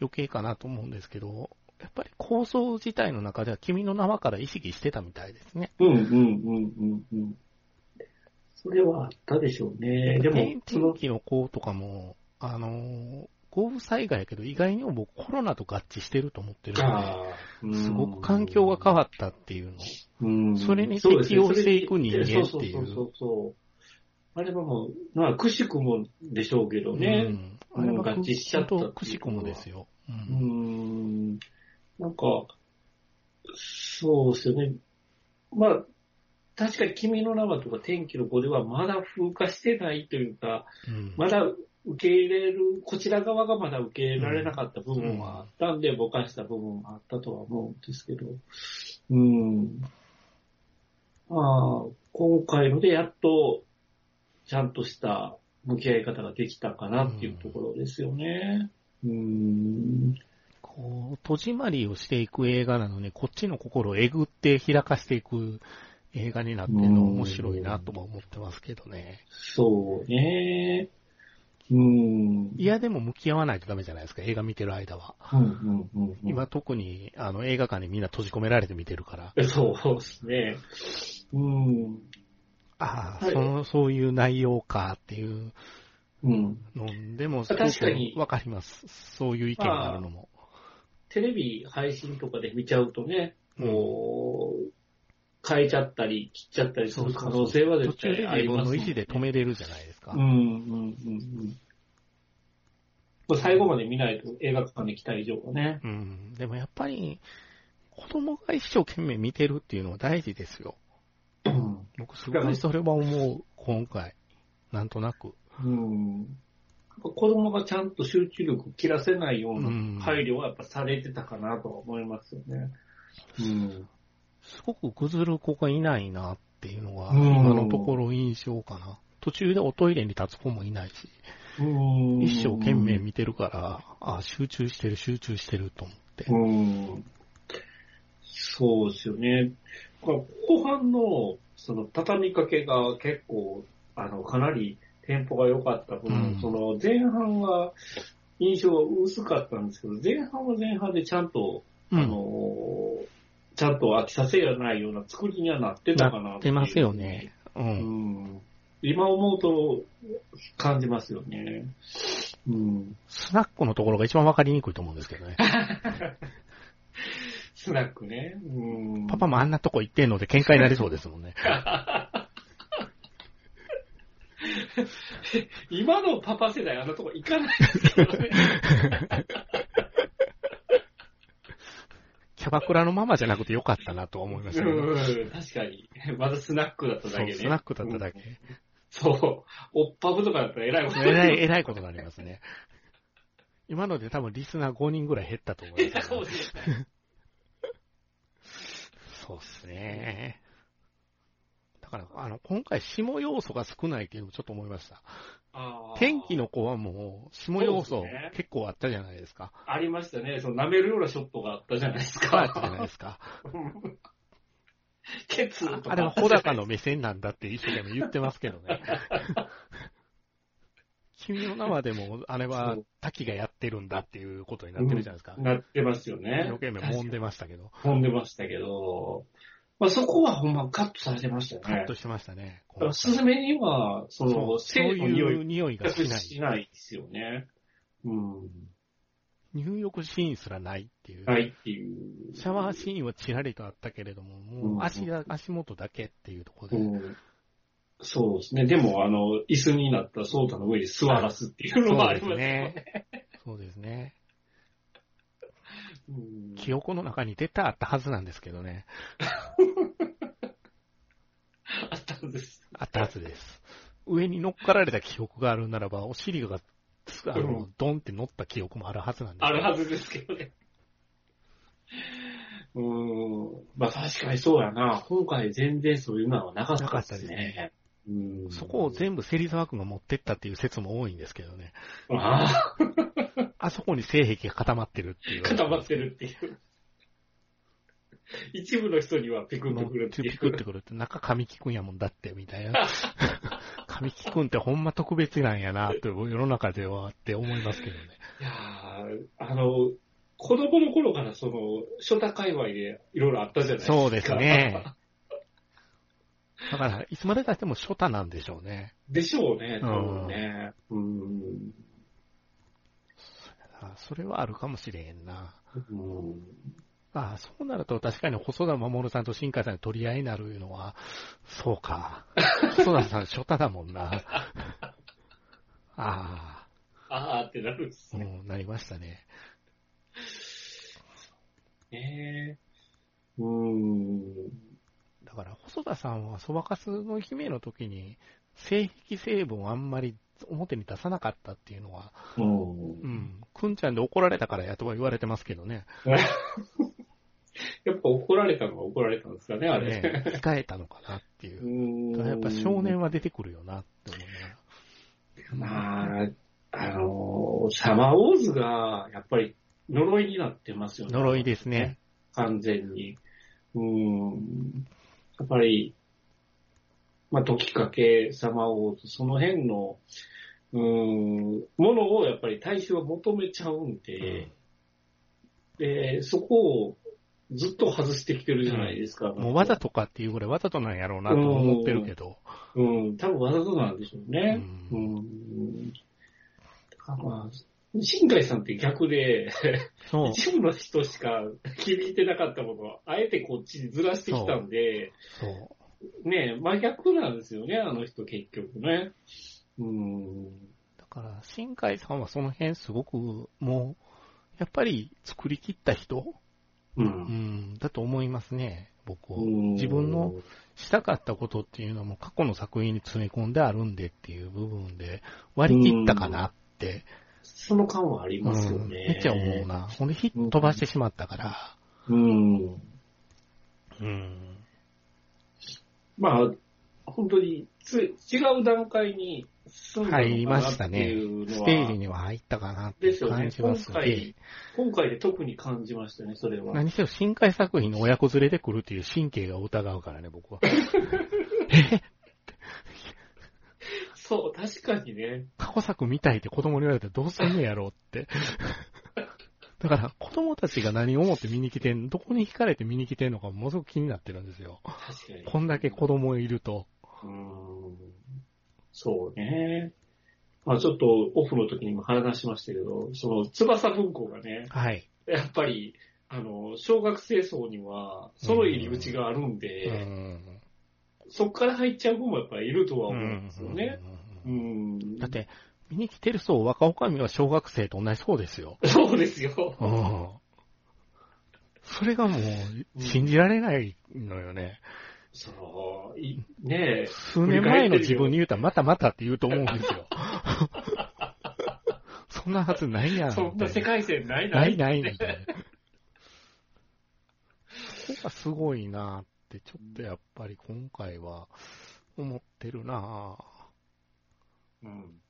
余計かなと思うんですけど、やっぱり構想自体の中では、君の名はから意識してたみたいですね。うんうんうんうんうん。それはあったでしょうね。でも天、そ天の、気の子とかも、あの、豪雨災害やけど、意外にも僕コロナと合致してると思ってるのうで、んすごく環境が変わったっていうの。うんそれにそうですね適応していく人間っていうそれにそうそうそうそう。あれはもう、まあ、くしくもでしょうけどうね。んあれはもう合致しちゃったっていうの本当はくしくもですよ。ううんん。なんか、そうですよね。まあ、確かに君の名はとか天気の子ではまだ風化してないというか、うんまだ受け入れる、こちら側がまだ受け入れられなかった部分はあったんで、ぼかした部分はあったとは思うんですけど、うん。まあ、今回のでやっと、ちゃんとした向き合い方ができたかなっていうところですよね。うーん。こう、戸締まりをしていく映画なのに、こっちの心をえぐって開かしていく映画になってるのは面白いなとは思ってますけどね。そうね。うーん。いや、でも向き合わないとダメじゃないですか、映画見てる間は。うんうんうんうん、今特に、あの、映画館にみんな閉じ込められて見てるから、 (laughs) そうですね。うん。ああ、はいその、そういう内容かっていううん。のでも、確かにすごくわかります。そういう意見があるのも。テレビ配信とかで見ちゃうとね、もう、変えちゃったり、切っちゃったりする可能性は途絶中で対あり自分ますのもん意思ねで止めれるじゃないですか。うんうんうんうん。まあ最後まで見ないと映画館に来た以上はね。うん。でもやっぱり、子供が一生懸命見てるっていうのは大事ですよ。うん。僕すごいそれは思う、今回。なんとなく。うん、子供がちゃんと集中力を切らせないよううんな配慮はやっぱされてたかなとは思いますよね。うん。すごくぐずる子がいないなっていうのが、うん今のところ印象かな。途中でおトイレに立つ子もいないし、うん一生懸命見てるから、あ集中してる、集中してると思って。うん。そうですよね。これ後半の、その、畳みかけが結構、あの、かなりテンポが良かった分、うんその、前半は、印象が薄かったんですけど、前半は前半でちゃんと、うあん。の、ちゃんと飽きさせないような作りにはなってたかななっってていうますよね。う。うんん。今思うと感じますよね。うん。スナックのところが一番わかりにくいと思うんです (laughs) けどね。スナックね。うん。パパもあんなとこ行ってんので喧嘩になりそうですもんね。今のパパ世代あんなとこ行か (laughs) ないですけどね。キャバクラのママじゃなくてよかったなとは思いましたけど。うん、確かに。まだスナックだっただそけう、ね。スナックだっただうんけ。そう。おっぱぶとかだったら偉いことえらい、えらいことになりますね。今ので多分リスナー5人ぐらい減ったと思いますかよもね。しれない。そうですね。だから、あの、今回、下要素が少ないっていうのもちょっと思いました。あー天気の子はもう、下要そ素うですね結構あったじゃないですか。ありましたね。その舐めるようなショットがあったじゃないですあったじゃか。ないですか。ケツとか。あれは小高の目線なんだって一生懸命言ってますけどね。君の名はでも、あれは滝がやってるんだっていうことになってるじゃないですか。なってますよ一ね生。懸命揉んでましたけど。飛んでましたけど、まあ、そこはほんまカットされてましたよカッねト。してましたね。だからスズメには、そそうの、そう生理の匂いうい匂いが全しくなしい。ないですよね。うん。入浴シーンすらないっていう。ないっていう。シャワーシーンはちらりとあったけれども、うもうん足が、足元だけっていうところで。うんそうですね。でも、あの、椅子になったソータの上に座らすっていうのもありますよね。そうですね。うん記憶の中に出たあったはずなんですけどね。あったんです。あったはずです。上に乗っかられた記憶があるならば、お尻が、あうのん、ドンって乗った記憶もあるはずなんですあるはず。ずですけどね。うん。まあ確かにそうやな。今回全然そういうのはなかったですなかったね。うんそこを全部芹沢君が持ってったっていう説も多いんですけどね。ああ、あそこに性癖が固まってるっていう。固まってるっていう。一部の人にはピクンとくるっていピクってう。くるって、中神木くんやもんだって、みたい (laughs) な。神木くんってほんま特別なんやな、と世の中ではって思いますけどね。いやーあの、子供の頃からその、初太界隈でいろいろあったじゃないですか。そうですね。だから、いつまでたっても初太なんでしょうね。 (laughs) でしょうね、多分ね。うん。あそれはあるかもしれへんな。うんああ、そうなると確かに細田守さんと新海さんの取り合いになるのは、そう (laughs) か。細田さん初太だもんな。ああ。あーってなるんですうね。ん、なりましたね。ねえ。うーん。だから、細田さんはそばかすの姫の時に、性癖成分をあんまり表に出さなかったっていうのは、うんう。ん、くんちゃんで怒られたからやとは言われてますけどね。やっぱ怒られたのは怒られたんですかね、あれ。ね控えたのかなっていうう。ーだん。いやっぱ少年は出てくるよなって思いながら。まあ、あのーサマーウォーズが、やっぱり呪いになってますよね。呪いですね。完全に。うーん。やっぱり、まあ、時かけ、サマーウォーズ、その辺の、うーん、ものをやっぱり大衆は求めちゃうんで、で、そこをずっと外してきてるじゃないですか。もうわざとかっていうぐらいわざとなんやろうなと思ってるけど。うん、多分わざとなんでしょうね。ううんん。だからまあ、新海さんって逆で、 (laughs) そう。一部の人しか気に入ってなかったものを、あえてこっちにずらしてきたんで、そう。ねえ、真逆なんですよね、あの人結局ね。うん。だから、新海さんはその辺すごく、もう、やっぱり作り切った人、う。うんん、だと思いますね、僕は。うん自分の、したかったことっていうのも過去の作品に詰め込んであるんでっていう部分で割り切ったかなって、その感はありうんますよね。めっちゃ思うな。ほんで、ヒット飛ばしてしまったから、うん。うん。まあ、本当につ違う段階に進んだ入りのかましなってたねいう。のスは、テージには入ったかなってですよ感ね。じま今す回し、、今回で特に感じましたね、それは。何せよ深海作品の親子連れで来るっていう神経が疑うからね、僕は。そう、確かにね。過去作見たいって子供に言われたらどうすんのやろうって。 (laughs) だから、子供たちが何を思って見に来てん、どこに惹かれて見に来てんのかものすごく気になってるんですよ。確かに。こんだけ子供がいると。うーんそうね。まあちょっとオフの時にも話しましたけど、その翼文庫がね、はい。やっぱり、あの、小学生層には、その入り口があるんで、うん。そっから入っちゃう子もやっぱりいるとはう思うんんですよね。うん。だって、見に来てる層、若女将は小学生と同じそうですよ。そうですよ。うん。それがもう、信じられないのよね。その、いねえ、数年前の自分に言うたら、またまたって言うと思うんです (laughs) よ。そんなはずないやん。そんな世界線ないな。ないいないみたいな。そこがすごいなって、ちょっとやっぱり今回は思ってるなうん。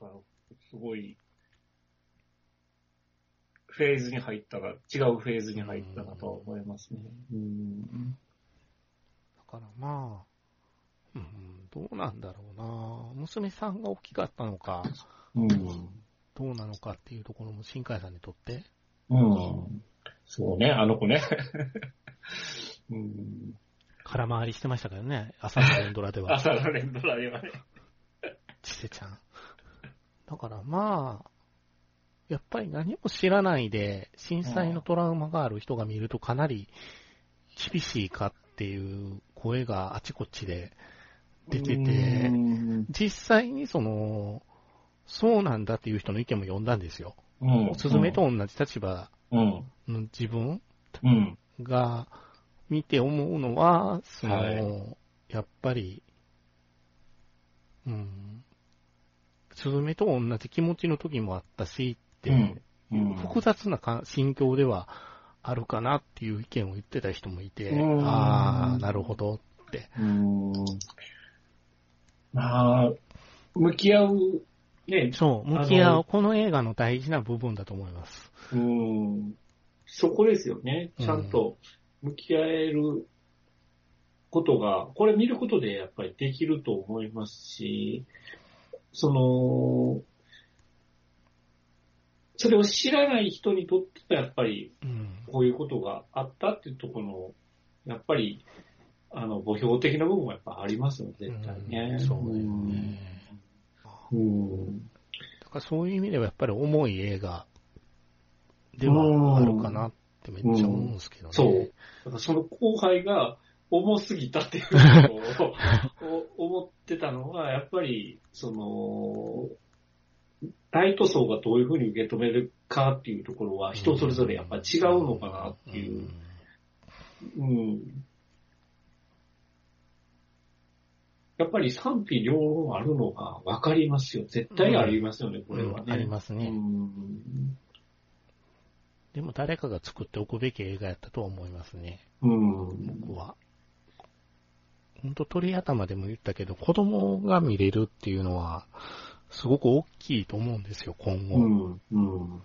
だからすごい、フェーズに入ったが、違うフェーズに入ったなとは思いますね。うん。だからまあ、うん、どうなんだろうな娘さんが大きかったのか、うん。どうなのかっていうところも新海さんにとって。うん。そうね、あの子 (laughs) ね。うん。空回りしてましたけどね、朝の連ドラでは。朝の連ドラではね。ちせちゃん。だからまあ、やっぱり何も知らないで、震災のトラウマがある人が見るとかなり厳しいかっていう声があちこちで出ててう、ん。実際にその、そうなんだっていう人の意見も読んだんですよ。うんおすすめと。同じ立場うん。の自分うん。が見て思うのは、その、はいやっぱり、うん、スズメと同じ気持ちの時もあったしって、うん。うん複雑なか心境ではあるかなっていう意見を言ってた人もいて、うんああ、なるほど。うーんまあ、向き合う、ね、そう、向き合う、この映画の大事な部分だと思います。うーん、そこですよね。ちゃんと向き合えることが、これ見ることでやっぱりできると思いますし、その、それを知らない人にとってはやっぱりうん。こういうことがあったっていうところの、やっぱり、あの、墓標的な部分もやっぱありますよ、絶対ね。うんそうだよね。うん。だからそういう意味ではやっぱり重い映画ではあるかなってめっちゃ思うんですけどね。そう。だからその後輩が重すぎたっていうことをお思ってたのは、やっぱり、その、ライト層がどういうふうに受け止めるかっていうところは人それぞれやっぱ違うのかなっていう。うん。やっぱり賛否両論あるのが分かりますよ。絶対ありますよね、うこん。れはね。うんありますね。うんでも誰かが作っておくべき映画やったとは思いますね、うん。僕は。本当鳥頭でも言ったけど、子供が見れるっていうのは、すごく大きいと思うんですよ、今後。うん、うん。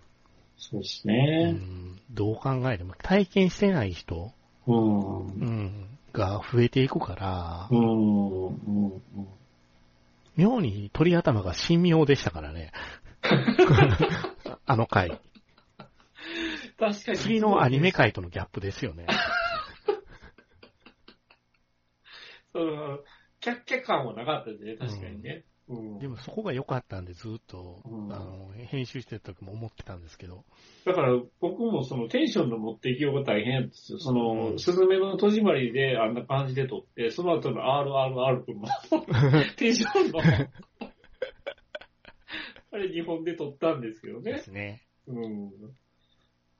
そうですうね。んどう考えても、体験してない人、うん。うん。うんが増えていくから、うん。うん。妙に鳥頭が神妙でしたからね。 (laughs) あの回。確かに。次のアニメ界とのギャップですよね。うん。キャッキャ感はなかったですね、確かにね。うん。でもそこが良かったんで、ずっと、あうんの、編集してた時も思ってたんですけど。だから僕もそのテンションの持っていきようが大変なんですよ。その、うんスズメの戸締まりであんな感じで撮って、その後の RRR 君も、テンションの、あれ日本で撮ったんですけどでね。すね。うん。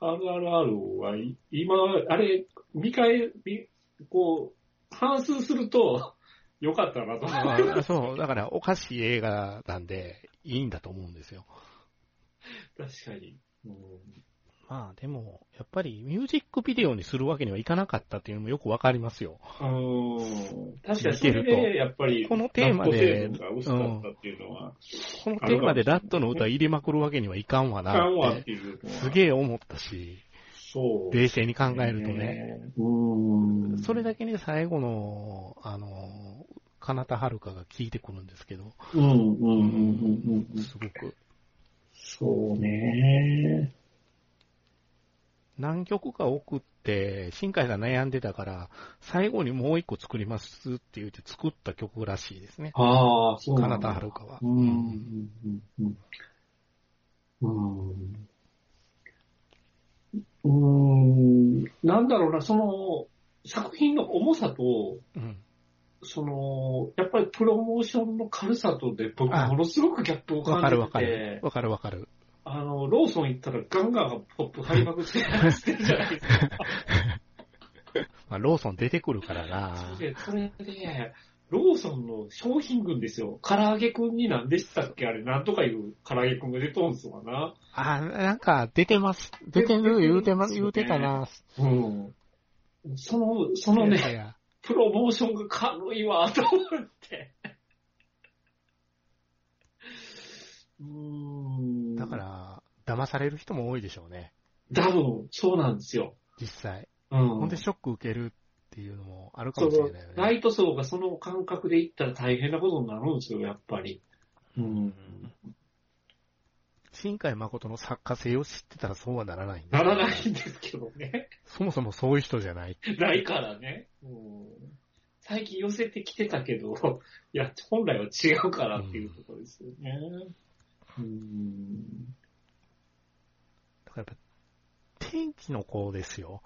RRR はい、今、あれ、見返、見こう、反数すると、良かったなと思まいまあ (laughs) す。そう、だからおかしい映画なんで、いいんだと思うんですよ。確かに。うんまあでも、やっぱりミュージックビデオにするわけにはいかなかったっていうのもよくわかりますよ。あのー確かにそれ見てるで、やっぱり、このテーマでラップ成分が薄かったっていうのは、このテーマでラットの歌入れまくるわけにはいかんわなあかんわっ、ってていうのは。すげえ思ったし、そう。冷静に考えるとね。。うーん。それだけね、最後の、あの、かなたはるかが聞いてくるんですけど、うんうんうんうんうん。すごく、そうね。何曲か送って、新海が悩んでたから、最後にもう一個作りますって言って作った曲らしいですね。ああ、そうかななんただはるかは。うんうんうんうん。うん。うーん。なんだろうな、その、作品の重さと、うんその、やっぱりプロモーションの軽さとで、僕、あものすごくギャップをわか感じるわてかるて。、わかるわかる。あの、ローソン行ったらガンガンポップ張りまくって走ってるじゃないですか。 (laughs) まあ、ローソン出てくるからなそ。れで、それで、ローソンの商品群ですよ。唐揚げくんに何でしたっけあれ、なんとかいう唐揚げくんが出とんすわな。あ、なんか出てます。出てる言うてま、出てますよね言うてたな。うん。その、そのね、いやプロモーションが軽いわ、と思って。うーん。だか。ら、騙される人も多いでしょうね。多分、そうなんですよ。実際。うん。ほんでショック受けるっていうのもあるかそもしのれないよラね。イト層がその感覚でいったら大変なことになるんですよ、やっぱり。ううんん。新海誠の作家性を知ってたらそうはならないんですなよらないんですけどね。 (laughs) そもそもそういう人じゃない。ないからね。うん最近寄せてきてたけど、 (laughs) いや、本来は違うからっていうところですよね。うん。だからやっぱ、天気の子ですよ。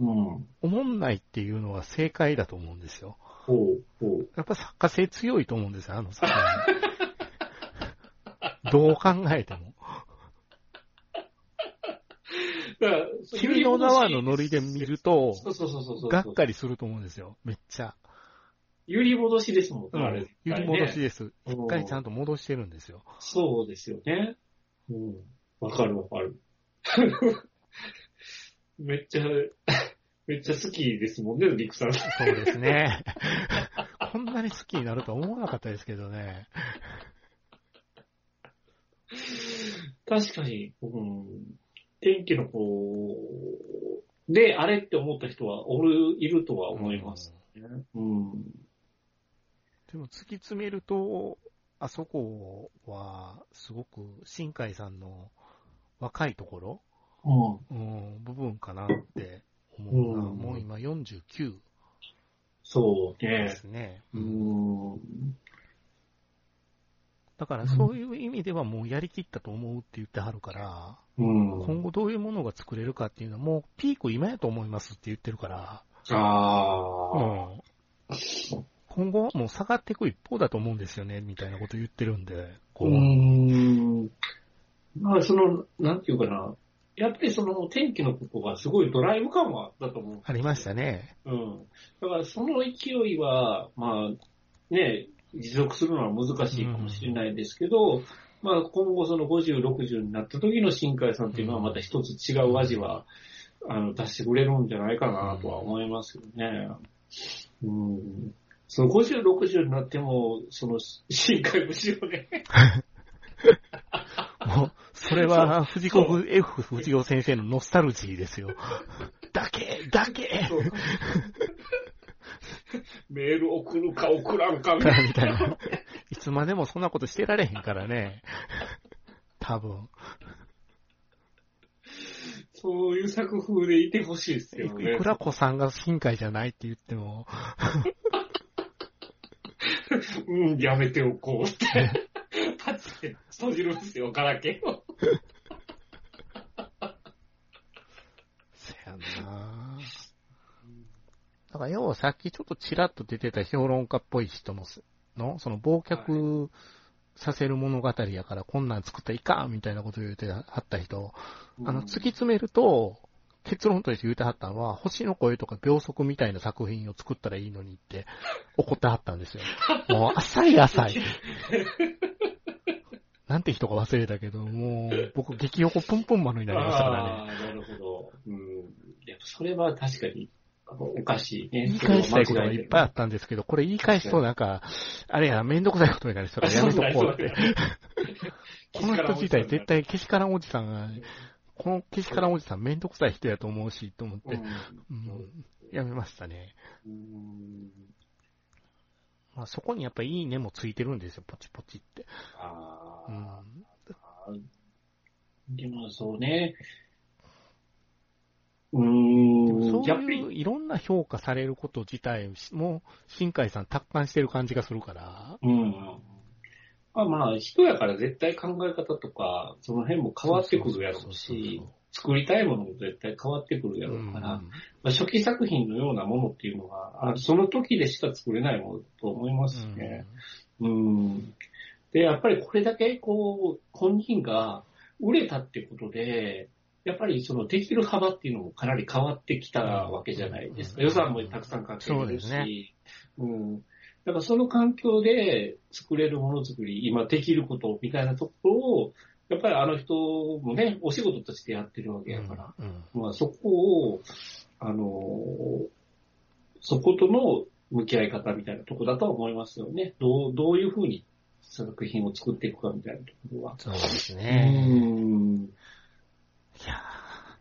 うん。おもんないっていうのは正解だと思うんですよ。ほう、ほう。やっぱ作家性強いと思うんですよ、あの作家。 (laughs) どう考えても。だから、君の名はのノリで見ると、そうそうそうそうそう。がっかりすると思うんですよ、めっちゃ。揺り戻しですもんね、あれ、揺り戻しです。うん一回ちゃんと戻してるんですよ。そうですよね。うん。わかるわかる。 (laughs) めっちゃ、めっちゃ好きですもんね、リクさん。そうですね。 (laughs) こんなに好きになるとは思わなかったですけどね。確かに、うん。天気の子で、あれって思った人は、おる、いるとは思います、ね。うん。でも突き詰めると、あそこは、すごく、新海さんの若いところ、うん。うん、部分かなって思うな。うんもう今49そうでね。すね。うん。だからそういう意味ではもうやりきったと思うって言ってはるから、うん。今後どういうものが作れるかっていうのはもうピーク今やと思いますって言ってるから、うああ。ん今後はもう下がっていく一方だと思うんですよね、みたいなこと言ってるんで、こうう。ん。まあ、その、なんていうかな。やっぱりその天気のことがすごいドライブ感はあったと思う。ありましたね。うん。だからその勢いは、まあ、ね、持続するのは難しいかもしれないですけど、まあ今後その50、60になった時の新海さんっていうのはまた一つ違う味は、あの、出してくれるんじゃないかなとは思いますよね。うん。その50、60になっても、その、深海無視よね。もう、それは、藤子 F 藤子先生のノスタルジーですよ。だけ、だけ (laughs) そうメール送るか送ら (laughs) んかみたいな。みたいな。いつまでもそんなことしてられへんからね。多分。そういう作風でいてほしいですいよね。いくら子さんが深海じゃないって言っても、うん、やめておこうって。パッて閉じるんですよ、ガラケーを。せやんなだから要はさっきちょっとちらっと出てた評論家っぽい人のす、の、その忘却させる物語やからこんなん作ったらいかんみたいなこと言うてはった人、あの、突き詰めると、結論として言うてはったのは、星の声とか秒速みたいな作品を作ったらいいのにって怒ってはったん (laughs) ですよ。もう浅い浅い。なんて人か忘れたけど、もう僕激横プンプン丸になりましたからね。ああ、なるほど。うん。やっぱそれは確かに、あのおかしいね。言い返したいことがいっぱいあい。ったんですけど、これ言い返すとなんか、あれや、めんどくさいことになりそうだからやめとこうって。 (laughs) この人自体絶対けしからんおじさんが、このけしからんおじさんめんどくさい人やと思うし、と思っうて、うんん。やめましたね。うん。まあ、そこにやっぱいいねもついてるんですよ、ポチポチって。あうあ。ん。でもそうね。うでもーん。そやうっぱりいういろんな評価されること自体も、新海さん達観してる感じがするから。うん。まあまあ、人やから絶対考え方とか、その辺も変わってくるやろうし、作りたいものも絶対変わってくるそやうそうそう。うんろうから、まあ、初期作品のようなものっていうのは、あその時でしか作れないものだと思いますね。うん。で、やっぱりこれだけ、こう、本人が売れたってことで、やっぱりそのできる幅っていうのもかなり変わってきたわけじゃないですか。うん予算もたくさんかけてるそうでし。うん。だからその環境で作れるものづくり、今できることみたいなところを、やっぱりあの人もね、お仕事としてやってるわけうやんから、うんまあそこを、あのーそことの向き合い方みたいなとこだとは思いますよね。どう、どういうふうに作品を作っていくかみたいなところは。そうですうね。ん。いや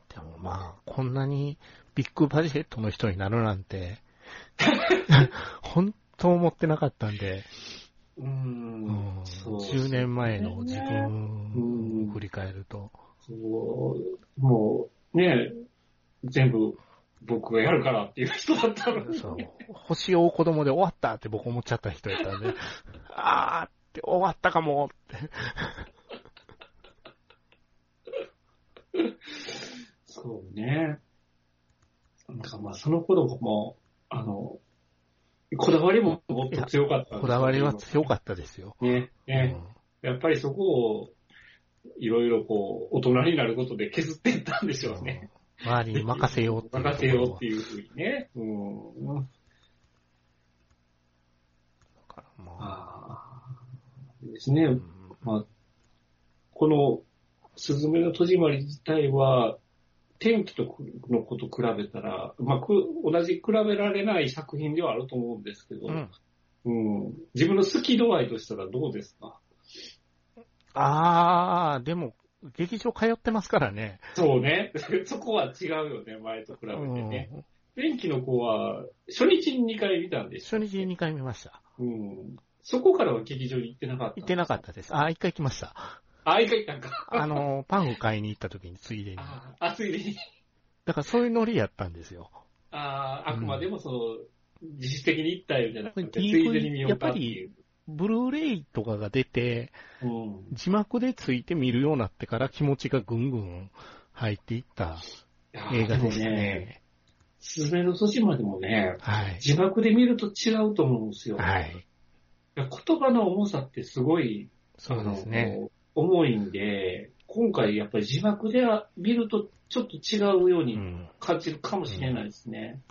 ーでもまあ、こんなにビッグバジェットの人になるなん (laughs) て、本当思ってなかったんで、ううんん。そう10年前の自分うんを振り返ると。そうもう、ね、全部僕がやるからっていう人だったのに。そう。星を追う子供で終わったって僕思っちゃった人やったん (laughs) で、あーって終わったかもって。そうね。なんかまあその頃も、あの、こだわりももっと強かったんですよ。こだわりは強かったですよ。ね、うね、んやっぱりそこを、いろいろこう、大人になることで削っていったんでしょうね。周りに任せようっていうところは。任せようっていうふうにね。うん。だからまああ。ですねあ。うんまあ、この、すずめの戸締まり自体は、天気とくの子と比べたら、まあ、く同じ比べられない作品ではあると思うんですけど、うん。うん自分の好き度合いとしたらどうですかあー、でも、劇場通ってますからね。そうね。 (laughs) そこは違うよね、前と比べてね。うん天気の子は、初日に2回見たんでし初ょ日2回見ました。うん。そこからは劇場に行ってなかった。行ってなかったです。あー、1回来ました。あ、一回行ったんか。あの、パンを買いに行った時についでに。だああ、ついでに。からそういうノリやったんですよ。ああ、あくまでもその、実質的に行ったよじゃなくて、つ DVD いでに見ようかっていう。ブルーレイとかが出て、うん。字幕でついて見るようになってから気持ちがぐんぐん入っていった映画でしたあーもね。ね。すずめの年までもね、はい。字幕で見ると違うと思うんですよ。はいい。や言葉の重さってすごいそうですね。あの重いんで、今回やっぱり字幕で見るとちょっと違うよううにん。感じるかもしれないですね。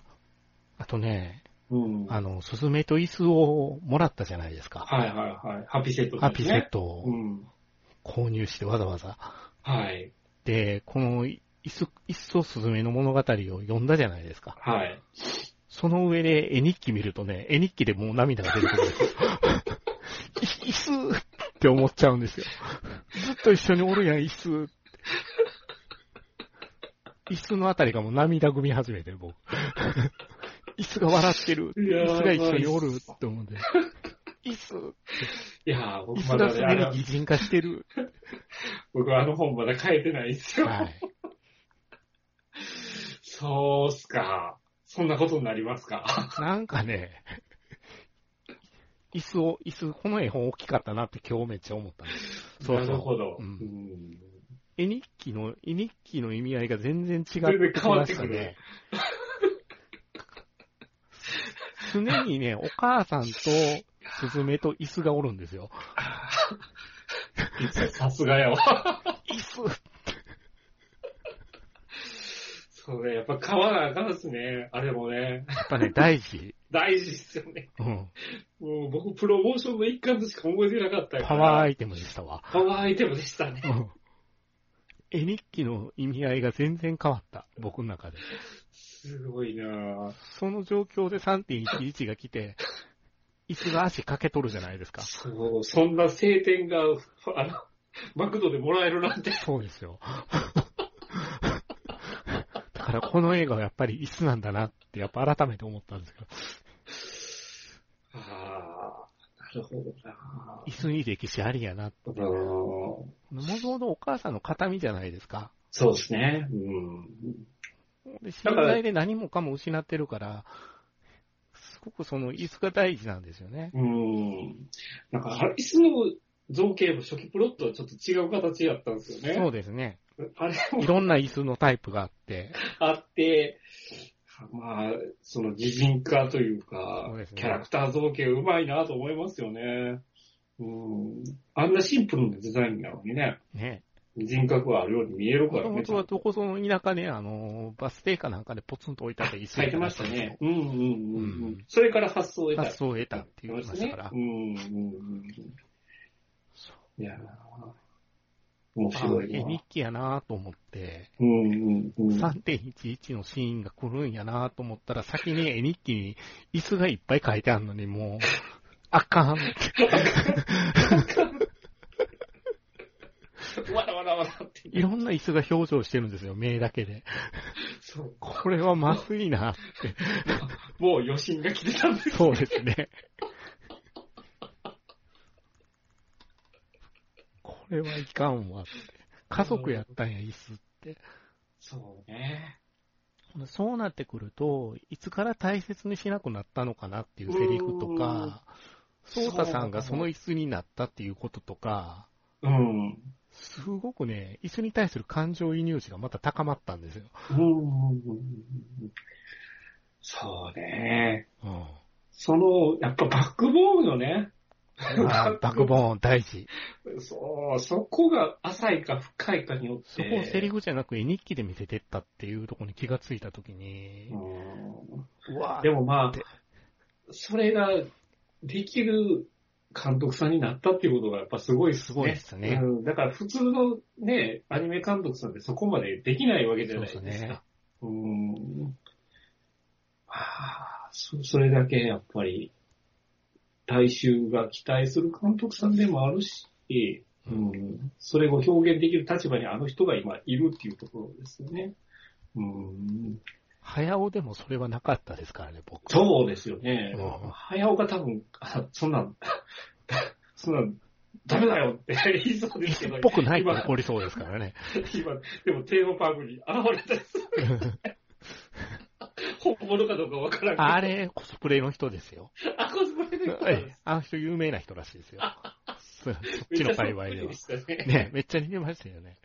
あとね、うん。あの、すすめと椅子をもらったじゃないですか。はいはいはい。ハッピーセットですね。ハッピーセットをうん。購入してわざわざ。はい。で、この椅子、椅子をすずめの物語を読んだじゃないですか。はい。その上で絵日記見るとね、絵日記でもう涙が出てくるんですよ。いいっすーって思っちゃうんですよ。ずっと一緒におるやん、いっすーって。椅子のあたりがもう涙ぐみ始めてる、僕。椅子が笑ってる。いや椅ー子が一緒におるって思うんで。椅子、いやー、僕椅ま子がだねす、あでにの擬人化してる。僕はあの本まだ変えてないんですよ。はい。そうっすか。そんなことになりますか。なんかね、 (laughs) 椅子を、椅子、この絵本大きかったなって今日めっちゃ思ったんです。そうなるそう。ほど。ううんん絵日記の、絵日記の意味合いが全然違ってき全然変わまってしたくるね。常にね、お母さんとスズメと椅子がおるんですよ。さすがやわ。椅子それ、やっぱ買わなあかんっすね。あれもね。やっぱね、大事。大事っすよね。うん。もう僕、プロモーションの一環としか覚えてなかったからパワーアイテムでしたわ。パワーアイテムでしたねう。ん。絵日記の意味合いが全然変わった。僕の中で。すごいなぁ。その状況で3.11が来て、椅子が足かけとるじゃないですか。そう、そんな晴天が、あの、マクドでもらえるなんて。そうですよ。 (laughs) だからこの映画はやっぱり椅子なんだなって、やっぱ改めて思ったんですけど、ああ、なるほどな椅子に歴史ありやなって。ぁ。うんもともとお母さんの形見じゃないですか。そうですね。うん。で、震災で何もかも失ってるから、すごくその椅子が大事なんですよね。うん。なんか、あれ椅子の造形も初期プロットはちょっと違う形やったんですよね。そうですね。あれもいろんな椅子のタイプがあって、あって、まあ、その擬人化というか、そうですねキャラクター造形うまいなと思いますよね。うん。あんなシンプルなデザインなのにね、ね。人格はあるように見えるかもらとねも。とはどこその田舎ね、あの、バス停かなんかでポツンと置いたって椅子書いてましたね。。うんうんうん。ううんん、それから発想を得た。発想を得たって言いましたからう。んうんうん。そいやー面う白あい絵な日。記やなと思って、うんうんうん。 3.11のシーンが来るんやなと思ったら、先に絵日記に椅子がいっぱい書いてあるのに、もう、あか (laughs) んって。わらわらわらって。いろんな椅子が表情してるんですよ、目だけで。そう。これはまずいな。もう余震が来てたんです。そうですね。これはいかんわって。家族やったんや、椅子って。そうね。そうなってくると、いつから大切にしなくなったのかなっていうセリフとか、うんソータさんがその椅子になったっていうこととか、うん。すごくね、椅子に対する感情移入値がまた高まったんですよ。そうね。うん。その、やっぱバックボーンのね。あ (laughs) ーバックボーン大事。そう、そこが浅いか深いかによって。そこをセリフじゃなく絵日記で見せてったっていうところに気がついたときに、うんうわーでもまあで、それができる監督さんになったっていうことがやっぱすごいっすごいですねうんだから普通のね、アニメ監督さんってそこまでできないわけじゃそうでないですすか。ね。うーんああ、そそれだけやっぱり、大衆が期待する監督さんでもあるし、うん、それを表現できる立場にあの人が今いるっていうところですよね。うん、早尾でもそれはなかったですからね、僕。そうですよねうん。早岡多分、 (laughs) あそんなん、そんなん、ダメだよって (laughs) 言いそうですけ椅ど子っ、ぽくないって今怒りそうですから (laughs) ね。今、でもテーマパークに現れたやつ、本物かどうかわからんけどあれ、コスプレの人ですよ。あ、コスプレの人なんです。あの人有名な人らしいですよ。そそっちの界隈でめっちゃそっくはりで。したね。ね、めっちゃ似てましたよね。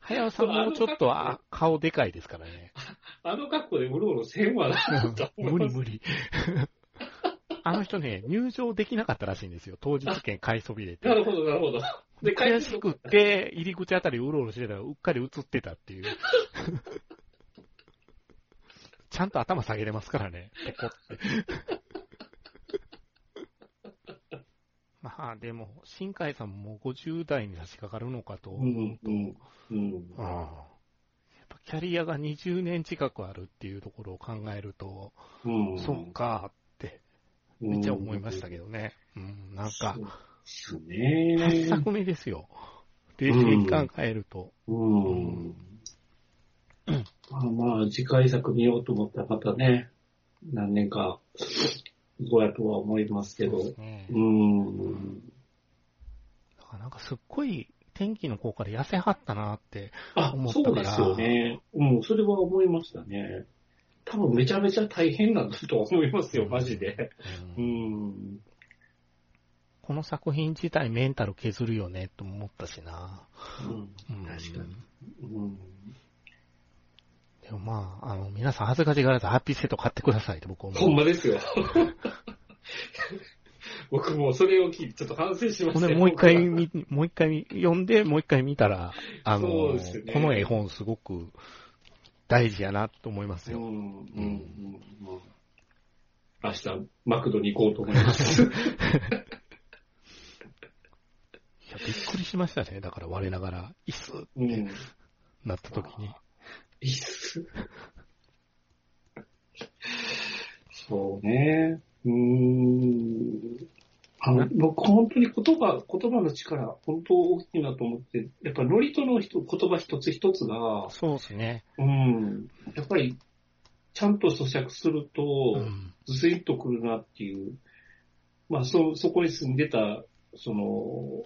早尾さんもうちょっとあ顔でかいですからね。あの格好でうろうろせんわな、と思無理います。無理。 (laughs) あの人ね、入場できなかったらしいんですよ。当日券買いそびれてな。るほど、なるほど。で、悔返ししくって、入り口あたりうろうろしてたら、うっかり映ってたって (laughs) いう。ちゃんと頭下げれますからね、ペコって。 (laughs) まあでも、新海さんももう50代に差し掛かるのかとう思うんと、うんうんうんやっぱキャリアが20年近くあるっていうところを考えると、うんそうかって、めっちゃ思いましたけどね。うん、なんか、そうで8すね。作目ですよ。冷静に考えると。うん。まあまあ、次回作見ようと思ったらまたね、何年か後やとは思いますけそど。うでうすねん。だからなんかすっごい天気の方から痩せはったなって、あ思、っそたからうですよね。うん、それは思いましたね。多分めちゃめちゃ大変なんだと思いますよ、マジで。ううんん。この作品自体メンタル削るよねとも思ったしな。うんうん確かに。うん。でもまあ、あの、皆さん恥ずかしがらずハッピーセット買ってくださいって僕思う。ほんまです (laughs) よ。僕もそれを聞いてちょっと反省しまほんしたでよもう一回見、もう一回読んで、もう一回見たら、あのそうです、ねこの絵本すごく大事やなと思いますうん、うよ。ん、うん。うん明日、マクドに行こうと思います。いや、びっくりしましたね。だから我ながら、椅子 (laughs) うん。なった時に。いいっす。そうね。うーん。あの、僕本当に言葉、言葉の力、本当大きいなと思って、やっぱノリとの人言葉一つ一つが、そうですね。うん。やっぱり、ちゃんと咀嚼すると、うん。ずいっとくるなっていう、まあ、そ、そこに住んでた、その、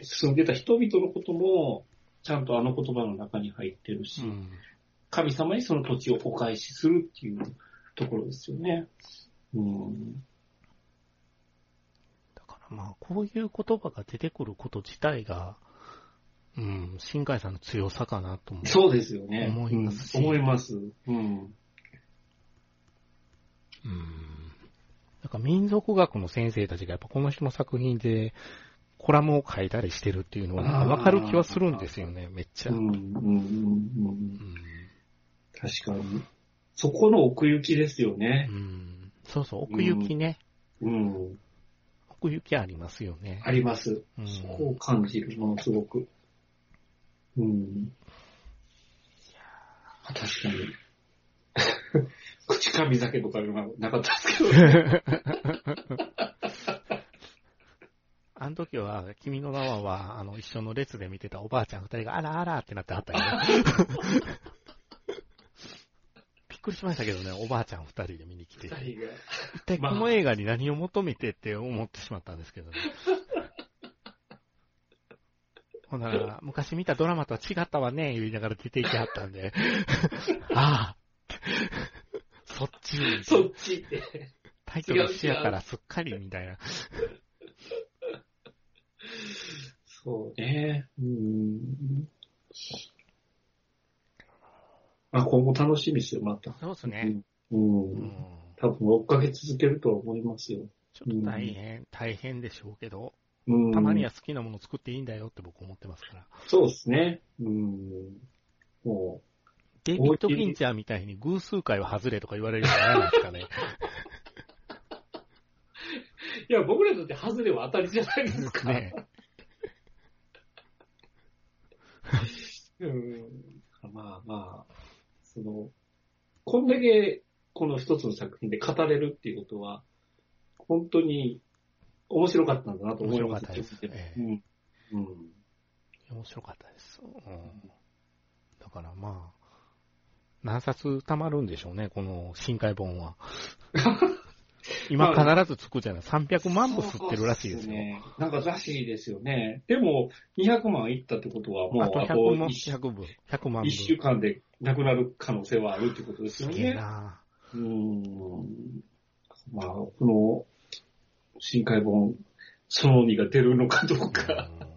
住んでた人々のことも、ちゃんとあの言葉の中に入ってるし、うん神様にその土地をお返しするっていうところですよね。うん。だからまあ、こういう言葉が出てくること自体が、うん、新海さんの強さかなと思う。そうですよね。思いますしうん思います。うん。うん。なんか民族学の先生たちがやっぱこの人の作品でコラムを書いたりしてるっていうのはなんかわかる気はするんですよね、めっちゃ。うん、うん、ううん、うん。ん確かに。そこの奥行きですよね。うんそうそう、奥行きね。うん。奥行きありますよねあ。ります。うんそこを感じる、ものすごく。うん。確かに。 (laughs) 口かみ酒とかななかったですけど。あの時は、君の名はは、あの、一緒の列で見てたおばあちゃん二人が、あらあらってなってあったよ (laughs) ね。びっくりしましたけどね、おばあちゃん二人で見に来て。二人が一体こまのあ映画に何を求めてって思ってしまったんですけどね。ほんなら、昔見たドラマとは違ったわね、言いながら出ていきはったん (laughs) で、ああ、そっち、そっちって。タイトル一緒やからすっかりみたいな。そうね。うん。あ、今後楽しみですよ、また。そうですね。うん。ううんん。多分追っかけ続けると思いますよ。ちょっと大変、大変でしょうけど、うん。たまには好きなもの作っていいんだよって僕思ってますから。そうですね。うん。もう。デイビッド・フィンチャーみたいに偶数回は外れとか言われるじゃないですかね。いや、僕らにとってハズレは当たりじゃないです (laughs) か。ねうんまあまあ、その、こんだけこの一つの作品で語れるっていうことは、本当に面白かったんだなと思い面白かっます。たですええうん。うん。面白かったです。うん、だからまあ、何冊貯まるんでしょうね、この深海本 (laughs) は。今必ずつくじゃない。300万部吸ってるらしいですよ。ね。なんからしいですよね。でも、200万いったってことは、もうああとと100万、 1 100部、100万部。週間でなくなる可能性はあるってことですすよげえね。なうーんまあ、この、深海本、その2が出るのかどうか。うん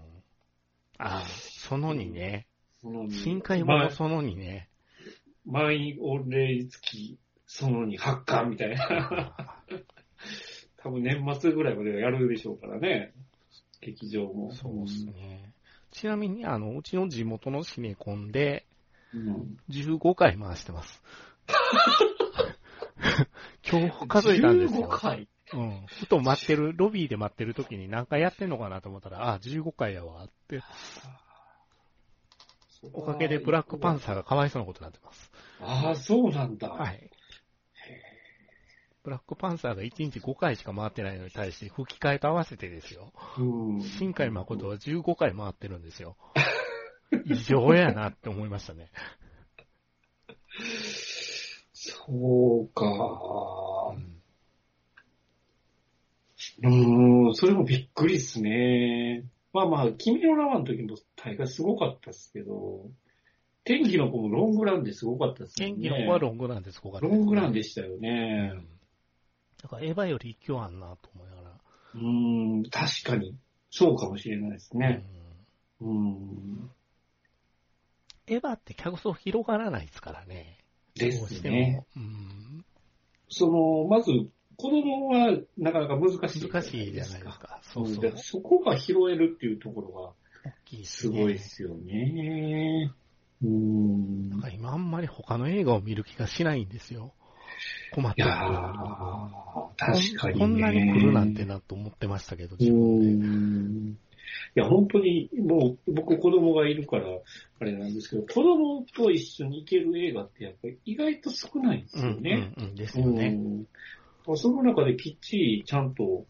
ああ、その2ね。その二深海本のその2ね。 (laughs) ま満員御礼付き、その2発刊みたいな。 (laughs) 多分年末ぐらいまではやるでしょうからね。劇場も。そうっすね。ちなみに、あの、うちの地元のシネコンで、うん。 15回回して (laughs) ます。今日数えたんですよ。 15回。うん。ふと待ってる、ロビーで待ってる時に何回やってんのかなと思ったら、あ、15回やわって。そおかげでブラックパンサーがかわいそうなことになってます。ああ、そうなんだ。はい。ブラックパンサーが1日5回しか回ってないのに対して、吹き替えと合わせてですよ。うん。新海誠は15回回ってるんです (laughs) よ。異常やなって思いましたね。そうか。うんうん、それもびっくりっすね。まあまあ、君の名はの時も大会すごかったっすけど、天気の子もロングランですごかったっすよね。演技の方はロングランです、ここロングランでししたよたね。だからエヴァより勢いあんなと思いながら。うん、確かに。そうかもしれないですね。うんうん。エヴァって客層広がらないですからね。ですね。どうしても。うんその、まず、子供はなかなか難しい難しいじゃないです。か。そそううそそう。そこが拾えるっていうところ大きいがですすねごいですよね。うん。なんか今あんまり他の映画を見る気がしないんですよ。困っいてやるーこ、確かにね。んなに来るなんてなと思ってましたけど、自分でうんいや、本当に、もう、僕子供がいるから、あれなんですけど、子供と一緒に行ける映画ってやっぱり意外と少ないんですよね。うんうんうん、ですよね。うんその中できっちりちゃんと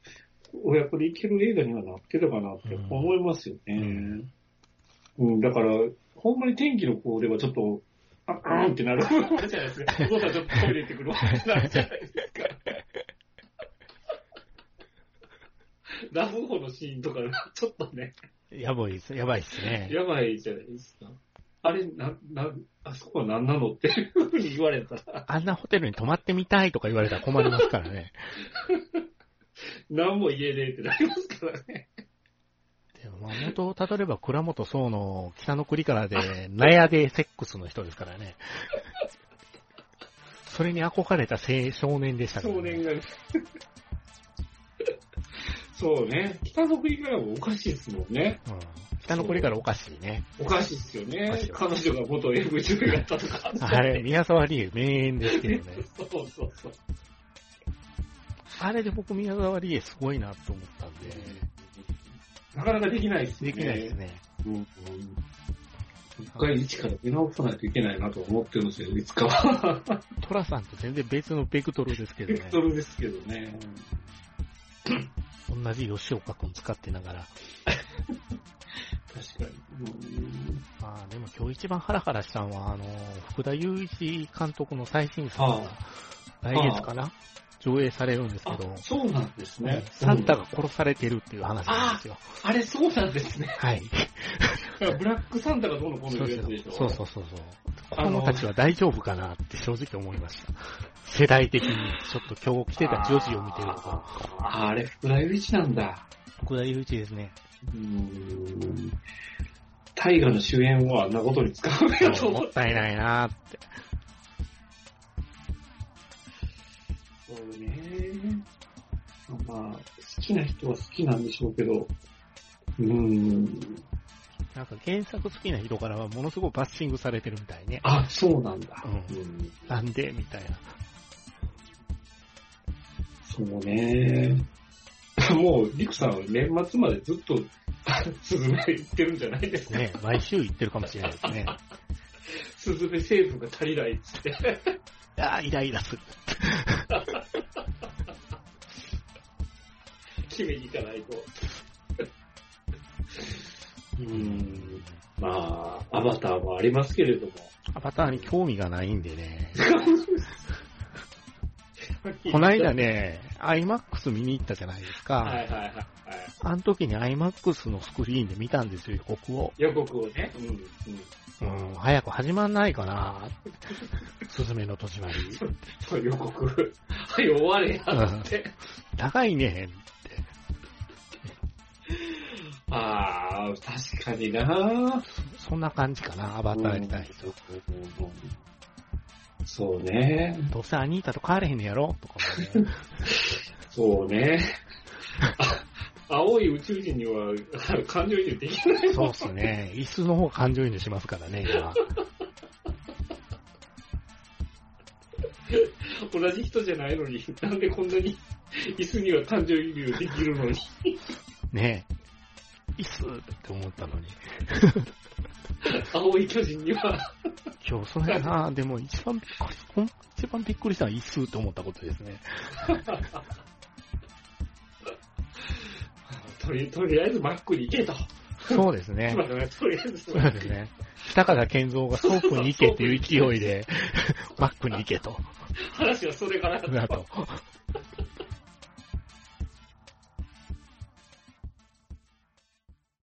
親子で行ける映画にはなってたかなって思いますよね。うん、だから、ほんまに天気の子ではちょっと、あうんってな (laughs) る。あれじゃないですか。お父さんちょっとトイレ行ってくるわ。なるじゃないですか。ラブホのシーンとか、ちょっとね、やばいです、やばいですね。やばいじゃないですか。あれ、な、な、あそこは何なのっていうふうに言われたら、あんなホテルに泊まってみたいとか言われたら困りますから (laughs) ね。何も言えねえってなりますからね。でもまあ元をたどれば倉本総の北の国からで、納屋でセックスの人ですから (laughs) ね。それに憧れた青少年でしたから、ね。少年が。 (laughs) そうね。北の国からもおかしいですもんね。うん。北の国からおかしいね。おかしいっすよおかしねい。わ彼女が元 AV 女優だったと (laughs) か。あれ、宮沢りえ名演ですけどね。そうそうそう。あれで僕宮沢りえすごいなと思ったんで、なかなかできないですね。できないです。ね。うんうん、一回一から出直さないといけないなと思ってるんですよ、いつかは。トラさんと全然別のベクトルですけどベねク。トルですけどね。同じ吉岡くん使ってながら。確かに。うんまあでも今日一番ハラハラしたのは、あの、福田雄一監督の最新作があ来月かな上映されるんですけあど、、そうなんですね。サンタうんが殺されてるっていう話なんですよ。あれ、そうなんですね。はい。ブラックサンタがどうのこうそのういうそやつでしょ。うそうそうそう。子供たちは大丈夫かなって正直思いました。世代的に、ちょっと今日来てた女児を見てると。あーあれ、福田祐一なんだ。福田雄一ですね。うーん大河の主演をあんなことに使うのやと思もっったいないなーって。そうね。まあ、好きな人は好きなんでしょうけど、うーん。なんか原作好きな人からはものすごいバッシングされてるみたいね。あ、そうなんだ。ううん、なんでみたいな。そうね。もう、リクさんは年末までずっと、スズメ言ってるんじゃないですか。ね、毎週言ってるかもしれないですね。スズメ成分が足りないっつって。ああ、イライラする。決めに行かないと。 (laughs) うーん。まあ、アバターもありますけれ (laughs) ども。アバターに興味がないんで (laughs) ね。こないだ。ね、IMAX 見に行ったじゃないですか。はいはいはい、はい。あの時に IMAX のスクリーンで見たんですよ、予告を。予告をね。うん。うん。うん、早く始まんないかな。すずめの戸締まり。そう、予告。 (laughs) はい、終われやって。高いね。 (laughs) ああ、確かになそんな感じかな、アバターに対しては。そうね。どうせアニータと帰れへんのやろとかも (laughs) ね。そうね。 (laughs) あ (laughs) 青い宇宙人には (laughs) あ感情移入できないそうっすね。椅子の方が感情移入しますからね、今。同じ人じゃないのに、 (laughs) なんでこんなに椅子には感情移入できるのに。ねいっすって思ったのに。 (laughs) 青い巨人には、今日それやな、でも一番びっくり、ほん一番びっくりしたのは、いっすって思ったことですね。とりとりあえずマックに行けと。そうですね今。じゃない、とりあえずそうです (laughs) ね。北方健三がソー (laughs) プに行けっていう勢いで、バックに行けと、話はそれからだだとと。